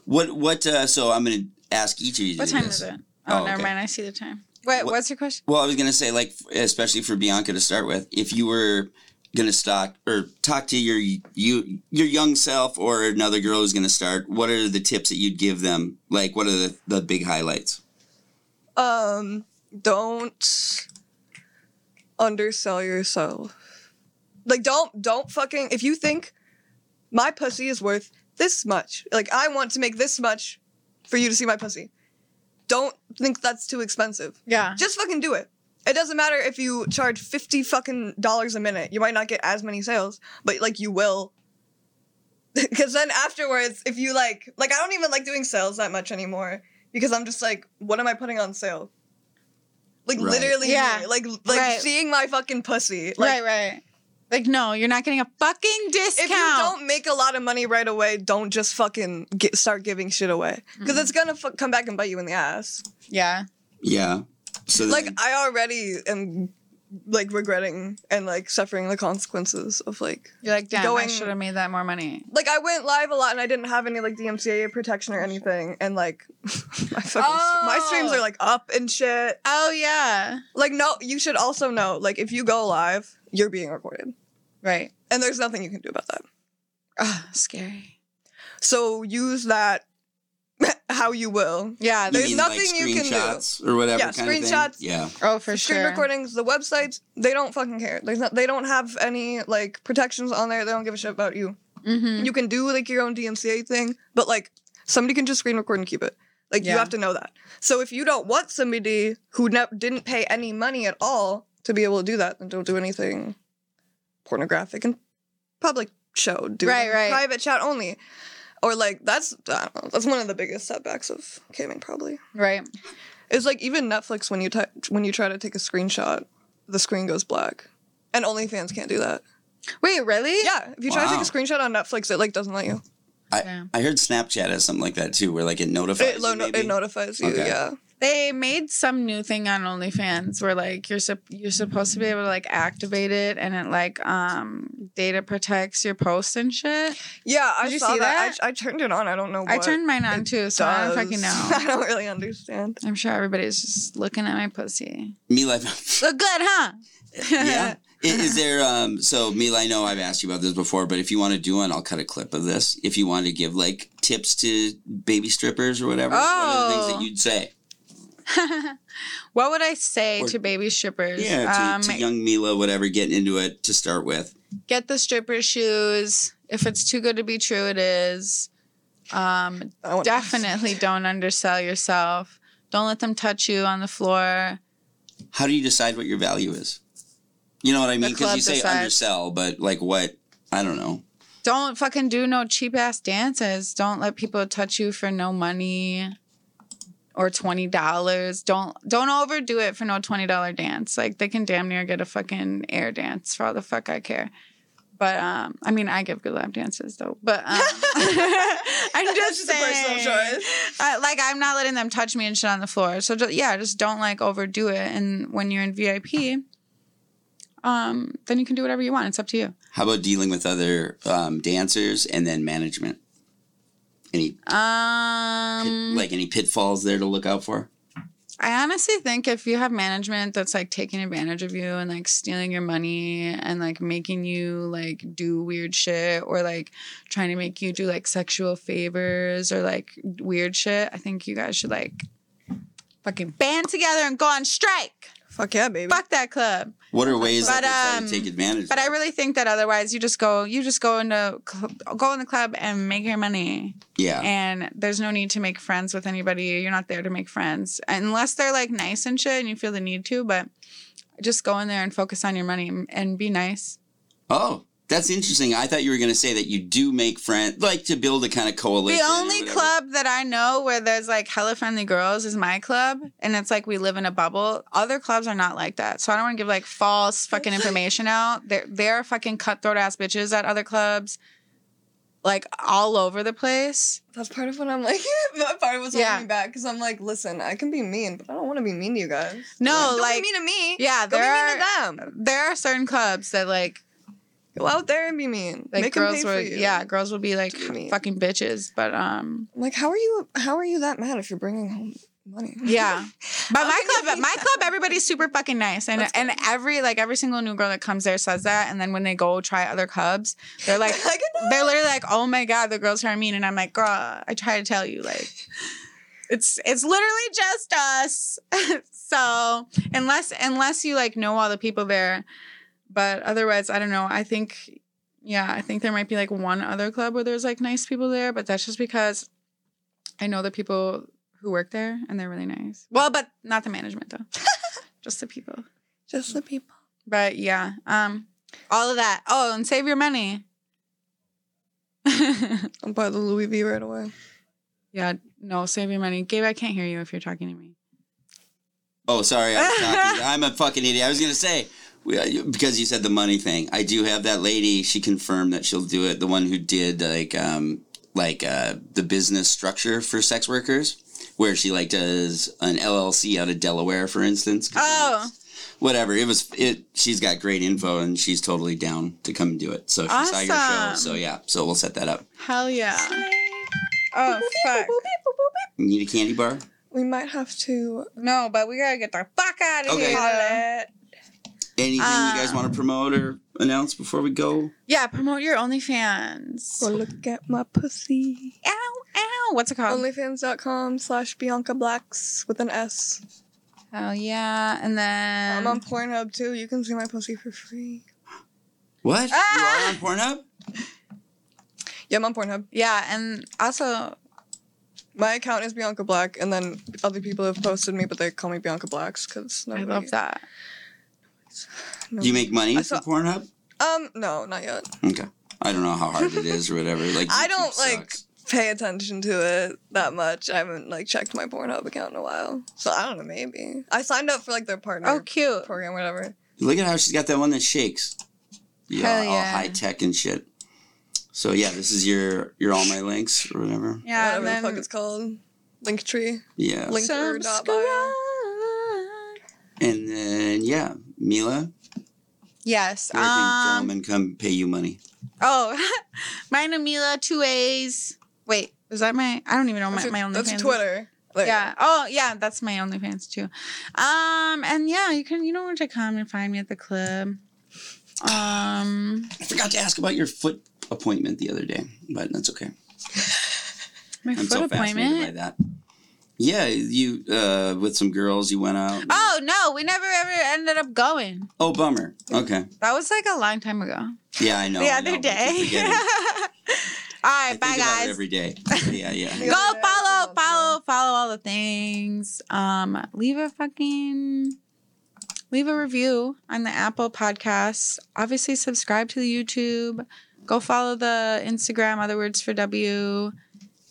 Speaker 2: What? What? Uh, so I'm gonna ask each of you. to
Speaker 1: What
Speaker 2: do
Speaker 1: time
Speaker 2: this.
Speaker 1: is it? Oh,
Speaker 2: Oh,
Speaker 1: never
Speaker 2: okay.
Speaker 1: mind. I see the time. Wait,
Speaker 2: What-
Speaker 1: what's your question?
Speaker 2: Well, I was gonna say, like, f- especially for Bianca to start with, if you were gonna stock or talk to your you your young self or another girl who's gonna start, what are the tips that you'd give them? Like, what are the the big highlights?
Speaker 3: Um, don't undersell yourself. Like, don't don't fucking. If you think my pussy is worth this much, like I want to make this much for you to see my pussy. Don't think that's too expensive.
Speaker 1: Yeah.
Speaker 3: Just fucking do it. It doesn't matter if you charge fifty fucking dollars a minute. You might not get as many sales, but like you will. Because then afterwards, if you like, like I don't even like doing sales that much anymore because I'm just like, what am I putting on sale? Like
Speaker 2: Right.
Speaker 3: literally,
Speaker 1: Yeah.
Speaker 3: me. like like
Speaker 1: Right.
Speaker 3: seeing my fucking pussy. Like
Speaker 1: right, right. Like, no, you're not getting a fucking discount.
Speaker 3: if you don't make a lot of money right away, don't just fucking get start giving shit away because
Speaker 1: Mm-hmm.
Speaker 3: it's gonna fu- come back and bite you in the ass.
Speaker 1: yeah.
Speaker 2: Yeah. So
Speaker 3: like
Speaker 2: then-
Speaker 3: I already am like regretting and like suffering the consequences of like
Speaker 1: You're like, damn, I
Speaker 3: Going-
Speaker 1: should have made that more money.
Speaker 3: like I went live a lot and I didn't have any like DMCA protection or anything and like my fucking
Speaker 1: Oh.
Speaker 3: my streams are like up and shit.
Speaker 1: Oh, yeah.
Speaker 3: Like no, you should also know like if you go live, you're being recorded
Speaker 1: Right.
Speaker 3: and there's nothing you can do about that.
Speaker 1: Ugh, scary.
Speaker 3: So use that how you will.
Speaker 1: Yeah. There's,
Speaker 2: you
Speaker 3: there's
Speaker 2: mean,
Speaker 3: nothing you can do.
Speaker 2: screenshots or whatever.
Speaker 3: Yeah,
Speaker 2: kind
Speaker 3: screenshots.
Speaker 2: Of thing? Yeah.
Speaker 1: oh, for
Speaker 3: screen
Speaker 1: sure.
Speaker 3: recordings, the websites, they don't fucking care. There's not, they don't have any like protections on there. They don't give a shit about you.
Speaker 1: Mm-hmm.
Speaker 3: You can do like your own DMCA thing, but like somebody can just screen record and keep it. Like
Speaker 1: Yeah.
Speaker 3: you have to know that. So if you don't want somebody who ne- didn't pay any money at all to be able to do that, then don't do anything pornographic and public show. Do it
Speaker 1: Right,
Speaker 3: in
Speaker 1: right.
Speaker 3: private chat only. Or like that's I don't know, that's one of the biggest setbacks of gaming probably.
Speaker 1: Right.
Speaker 3: It's like even Netflix when you ty- when you try to take a screenshot, the screen goes black, and OnlyFans can't do that.
Speaker 1: Wait, really?
Speaker 3: Yeah, if you try to
Speaker 2: Wow.
Speaker 3: take a screenshot on Netflix, it like doesn't let you.
Speaker 2: I
Speaker 1: Yeah.
Speaker 2: I heard Snapchat has something like that too, where like it notifies.
Speaker 3: It, lo-
Speaker 2: you maybe.
Speaker 3: it notifies you.
Speaker 2: Okay.
Speaker 3: Yeah,
Speaker 1: They made some new thing on OnlyFans where like you're sup- you're supposed to be able to like activate it and it like um data protects your posts and shit.
Speaker 3: yeah. I
Speaker 1: Did you
Speaker 3: saw
Speaker 1: see
Speaker 3: that. I
Speaker 1: that?
Speaker 3: ch- I, turned it on. I don't know. What
Speaker 1: I turned mine on
Speaker 3: it
Speaker 1: too, so I don't
Speaker 3: does.
Speaker 1: fucking know.
Speaker 3: I don't really understand.
Speaker 1: I'm sure everybody's just looking at my pussy.
Speaker 2: Mila,
Speaker 1: Look good, huh?
Speaker 2: yeah. I- Is, there um so Mila, I know I've asked you about this before, but if you want to do one, I'll cut a clip of this. If you want to give like tips to baby strippers or whatever, what are the things
Speaker 1: Oh.
Speaker 2: that you'd say?
Speaker 1: what would I say
Speaker 2: Or-
Speaker 1: to baby strippers? Um,
Speaker 2: Yeah, to, to young Mila, whatever, getting into it to start with.
Speaker 1: get the stripper shoes. If it's too good to be true, it is. Um,
Speaker 3: I want-
Speaker 1: definitely don't undersell yourself. Don't let them touch you on the floor.
Speaker 2: How do you decide what your value is? You know what I mean? Because
Speaker 1: club
Speaker 2: you say
Speaker 1: decides.
Speaker 2: undersell, but like what? I don't know.
Speaker 1: Don't fucking do no cheap ass dances. Don't let people touch you for no money or twenty dollars. Don't don't overdo it for no twenty dollar dance. Like they can damn near get a fucking air dance for all the fuck I care. But um, I mean, I give good lap dances though. But um, I'm
Speaker 3: That's
Speaker 1: just
Speaker 3: just a personal
Speaker 1: saying.
Speaker 3: choice.
Speaker 1: I, like I'm not letting them touch me and shit on the floor. So ju- yeah, just don't like overdo it. And when you're in VIP, um, then you can do whatever you want. It's up to you.
Speaker 2: How about dealing with other um, dancers and then management? Any pit-
Speaker 1: Um,
Speaker 2: like any pitfalls there to look out for?
Speaker 1: I honestly think if you have management that's like taking advantage of you and like stealing your money and like making you like do weird shit or like trying to make you do like sexual favors or like weird shit, I think you guys should like fucking band together and go on strike.
Speaker 3: Fuck yeah, baby.
Speaker 1: Fuck that club.
Speaker 2: What are ways
Speaker 1: But,
Speaker 2: that
Speaker 1: um,
Speaker 2: they try to take advantage?
Speaker 1: But
Speaker 2: of?
Speaker 1: I really think that otherwise you just go you just go into cl- go in the club and make your money
Speaker 2: yeah,
Speaker 1: and there's no need to make friends with anybody. You're not there to make friends unless they're like nice and shit and you feel the need to, but just go in there and focus on your money and- and be nice.
Speaker 2: oh, that's interesting. I thought you were going to say that you do make friends, like to build a kind of coalition.
Speaker 1: the only
Speaker 2: whatever.
Speaker 1: club that I know where there's like hella friendly girls is my club and it's like we live in a bubble. Other clubs are not like that. So I don't want to give like false fucking information out. They're they're fucking cutthroat ass bitches at other clubs. Like all over the place.
Speaker 3: That's part of what I'm like. that part of what's
Speaker 1: Yeah.
Speaker 3: holding me back because I'm like, listen, I can be mean, but I don't want to be mean to you guys.
Speaker 1: No,
Speaker 3: Don't
Speaker 1: like
Speaker 3: be mean to me.
Speaker 1: yeah,
Speaker 3: Go
Speaker 1: there are,
Speaker 3: be mean to them.
Speaker 1: there are certain clubs that like
Speaker 3: Go out there and be mean.
Speaker 1: like
Speaker 3: Make them
Speaker 1: girls
Speaker 3: pay
Speaker 1: were
Speaker 3: for you.
Speaker 1: yeah girls would be like
Speaker 3: What do you mean?
Speaker 1: fucking bitches but um
Speaker 3: I'm like, how are you? How are you that mad if you're bringing home money?
Speaker 1: yeah but
Speaker 3: How
Speaker 1: my
Speaker 3: can you
Speaker 1: club
Speaker 3: be
Speaker 1: my
Speaker 3: that?
Speaker 1: club everybody's super fucking nice and
Speaker 3: That's
Speaker 1: and every like every single new girl that comes there says that and then when they go try other clubs they're like
Speaker 3: like no.
Speaker 1: they're literally like oh my god the girls are mean and i'm like girl i try to tell you like it's it's literally just us so unless unless you like know all the people there but otherwise i don't know i think yeah i think there might be like one other club where there's like nice people there but that's just because i know the people who work there and they're really nice well but not the management though just the people
Speaker 3: just the people.
Speaker 1: but yeah, um, all of that. Oh, and save your money.
Speaker 3: I'll buy the Louis V right away.
Speaker 1: yeah, no, save your money. Gabe, I can't hear you if you're talking to me.
Speaker 2: Oh, sorry, I was talking. I'm a fucking idiot. I was going to say we- because you said the money thing. I do have that lady. She confirmed that she'll do it. The one who did like um like uh the business structure for sex workers, where she like does an LLC out of Delaware, for instance. 'cause
Speaker 1: Oh,
Speaker 2: whatever it was it she's got great info and she's totally down to come do it so she saw your show
Speaker 1: Awesome.
Speaker 2: so yeah so we'll set that up
Speaker 1: hell yeah. Oh, fuck.
Speaker 2: you need a candy bar
Speaker 3: We might have to.
Speaker 1: No, but we gotta get the fuck out of
Speaker 2: Okay.
Speaker 1: here.
Speaker 2: anything you guys
Speaker 1: Um,
Speaker 2: want to promote or announce before we go
Speaker 1: Yeah, promote your
Speaker 3: Go
Speaker 1: OnlyFans.
Speaker 3: look at my pussy.
Speaker 1: Ow, ow. What's it called?
Speaker 3: Onlyfans.com slash Bianca Blacks with an S.
Speaker 1: hell yeah. And then.
Speaker 3: I'm on Pornhub too. You can see my pussy for free.
Speaker 2: what
Speaker 1: Ah!
Speaker 2: you are on pornhub
Speaker 3: Yeah, I'm on Pornhub.
Speaker 1: yeah, and also,
Speaker 3: My account is Bianca Black, and then other people have posted me, but they call me Bianca Blacks because
Speaker 1: I love that.
Speaker 2: do you make money
Speaker 3: I
Speaker 2: for
Speaker 3: saw-
Speaker 2: pornhub
Speaker 3: Um, no, not yet.
Speaker 2: okay i don't know how hard it is or whatever like
Speaker 3: I
Speaker 2: YouTube
Speaker 3: don't like
Speaker 2: sucks.
Speaker 3: pay attention to it that much. I haven't like checked my Pornhub account in a while, so I don't know. Maybe I signed up for like their partner
Speaker 1: Oh, cute.
Speaker 3: program, whatever.
Speaker 2: look at how she's got that one that shakes yeah,
Speaker 1: Hell
Speaker 2: all
Speaker 1: yeah.
Speaker 2: high tech and shit so yeah this is your your all my links or whatever
Speaker 1: Yeah,
Speaker 3: whatever
Speaker 1: and then.
Speaker 3: the fuck it's called. Linktree.
Speaker 2: yeah
Speaker 3: Link- Linker dot bio.
Speaker 1: Subscribe.
Speaker 2: and then yeah mila
Speaker 1: Yes.
Speaker 2: where can
Speaker 1: Um,
Speaker 2: gentlemen come pay you money
Speaker 1: oh, my Namila two A's. Wait, is that my? I don't even know
Speaker 3: That's
Speaker 1: Oh, my,
Speaker 3: your-
Speaker 1: my OnlyFans.
Speaker 3: That's your
Speaker 1: is.
Speaker 3: Twitter. Like,
Speaker 1: Yeah. Oh, yeah. That's my OnlyFans too. Um, and yeah, you can. You know where to come and find me at the club. Um,
Speaker 2: I forgot to ask about your foot appointment the other day, but that's okay.
Speaker 1: my
Speaker 2: I'm
Speaker 1: foot
Speaker 2: so fascinated by
Speaker 1: appointment.
Speaker 2: that. Yeah, you uh, with some girls you went out.
Speaker 1: Oh no, we never ever ended up going.
Speaker 2: Oh, bummer. Okay.
Speaker 1: That was like a long time ago.
Speaker 2: Yeah, I know.
Speaker 1: the
Speaker 2: I
Speaker 1: other
Speaker 2: know. I keep
Speaker 1: day.
Speaker 2: forgetting.
Speaker 1: All
Speaker 2: I
Speaker 1: right,
Speaker 2: think
Speaker 1: bye
Speaker 2: about it
Speaker 1: guys.
Speaker 2: every day. Yeah, yeah.
Speaker 3: Yeah.
Speaker 1: go
Speaker 3: other day,
Speaker 1: follow
Speaker 3: every month,
Speaker 1: follow follow all the things um leave a fucking leave a review on the apple podcast obviously subscribe to the youtube go follow the instagram other words for w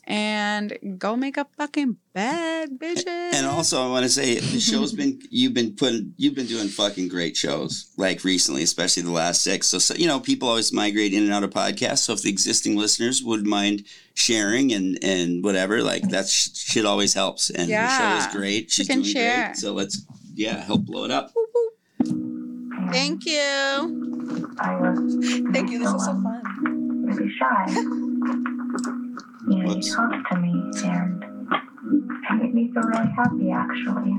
Speaker 1: and go make a fucking bed bitches
Speaker 2: And also, I want to say the show's been you've been putting you've been doing fucking great shows like recently, especially the last six. So, so you know, people always migrate in and out of podcasts. So if the existing listeners would mind sharing and and whatever, like that sh- shit always helps. And the
Speaker 1: Yeah.
Speaker 2: show is great. She's
Speaker 1: Freaking
Speaker 2: doing
Speaker 1: share.
Speaker 2: great. So let's yeah help blow it up.
Speaker 1: Woo, woo. thank you
Speaker 4: I was um,
Speaker 3: Thank you. This was so fun.
Speaker 4: really shy. You know,
Speaker 2: Whoops.
Speaker 4: you talked to me and it made me feel really happy actually.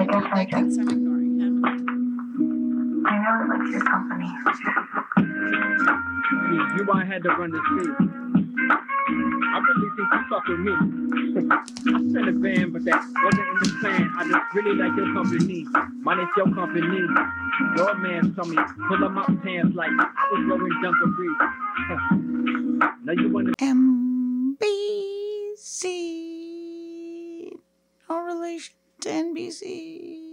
Speaker 4: I guess I
Speaker 1: like
Speaker 4: just,
Speaker 1: that's i'm ignoring him
Speaker 4: I really liked your company.
Speaker 5: You why I had to run this field. I really think you fuck with me. I'm in the band, but that wasn't in the plan. I just really like your company. Mine is your company. Your man saw me pull up my pants like I was wearing dungarees. now you want
Speaker 6: MBC. No relation to NBC.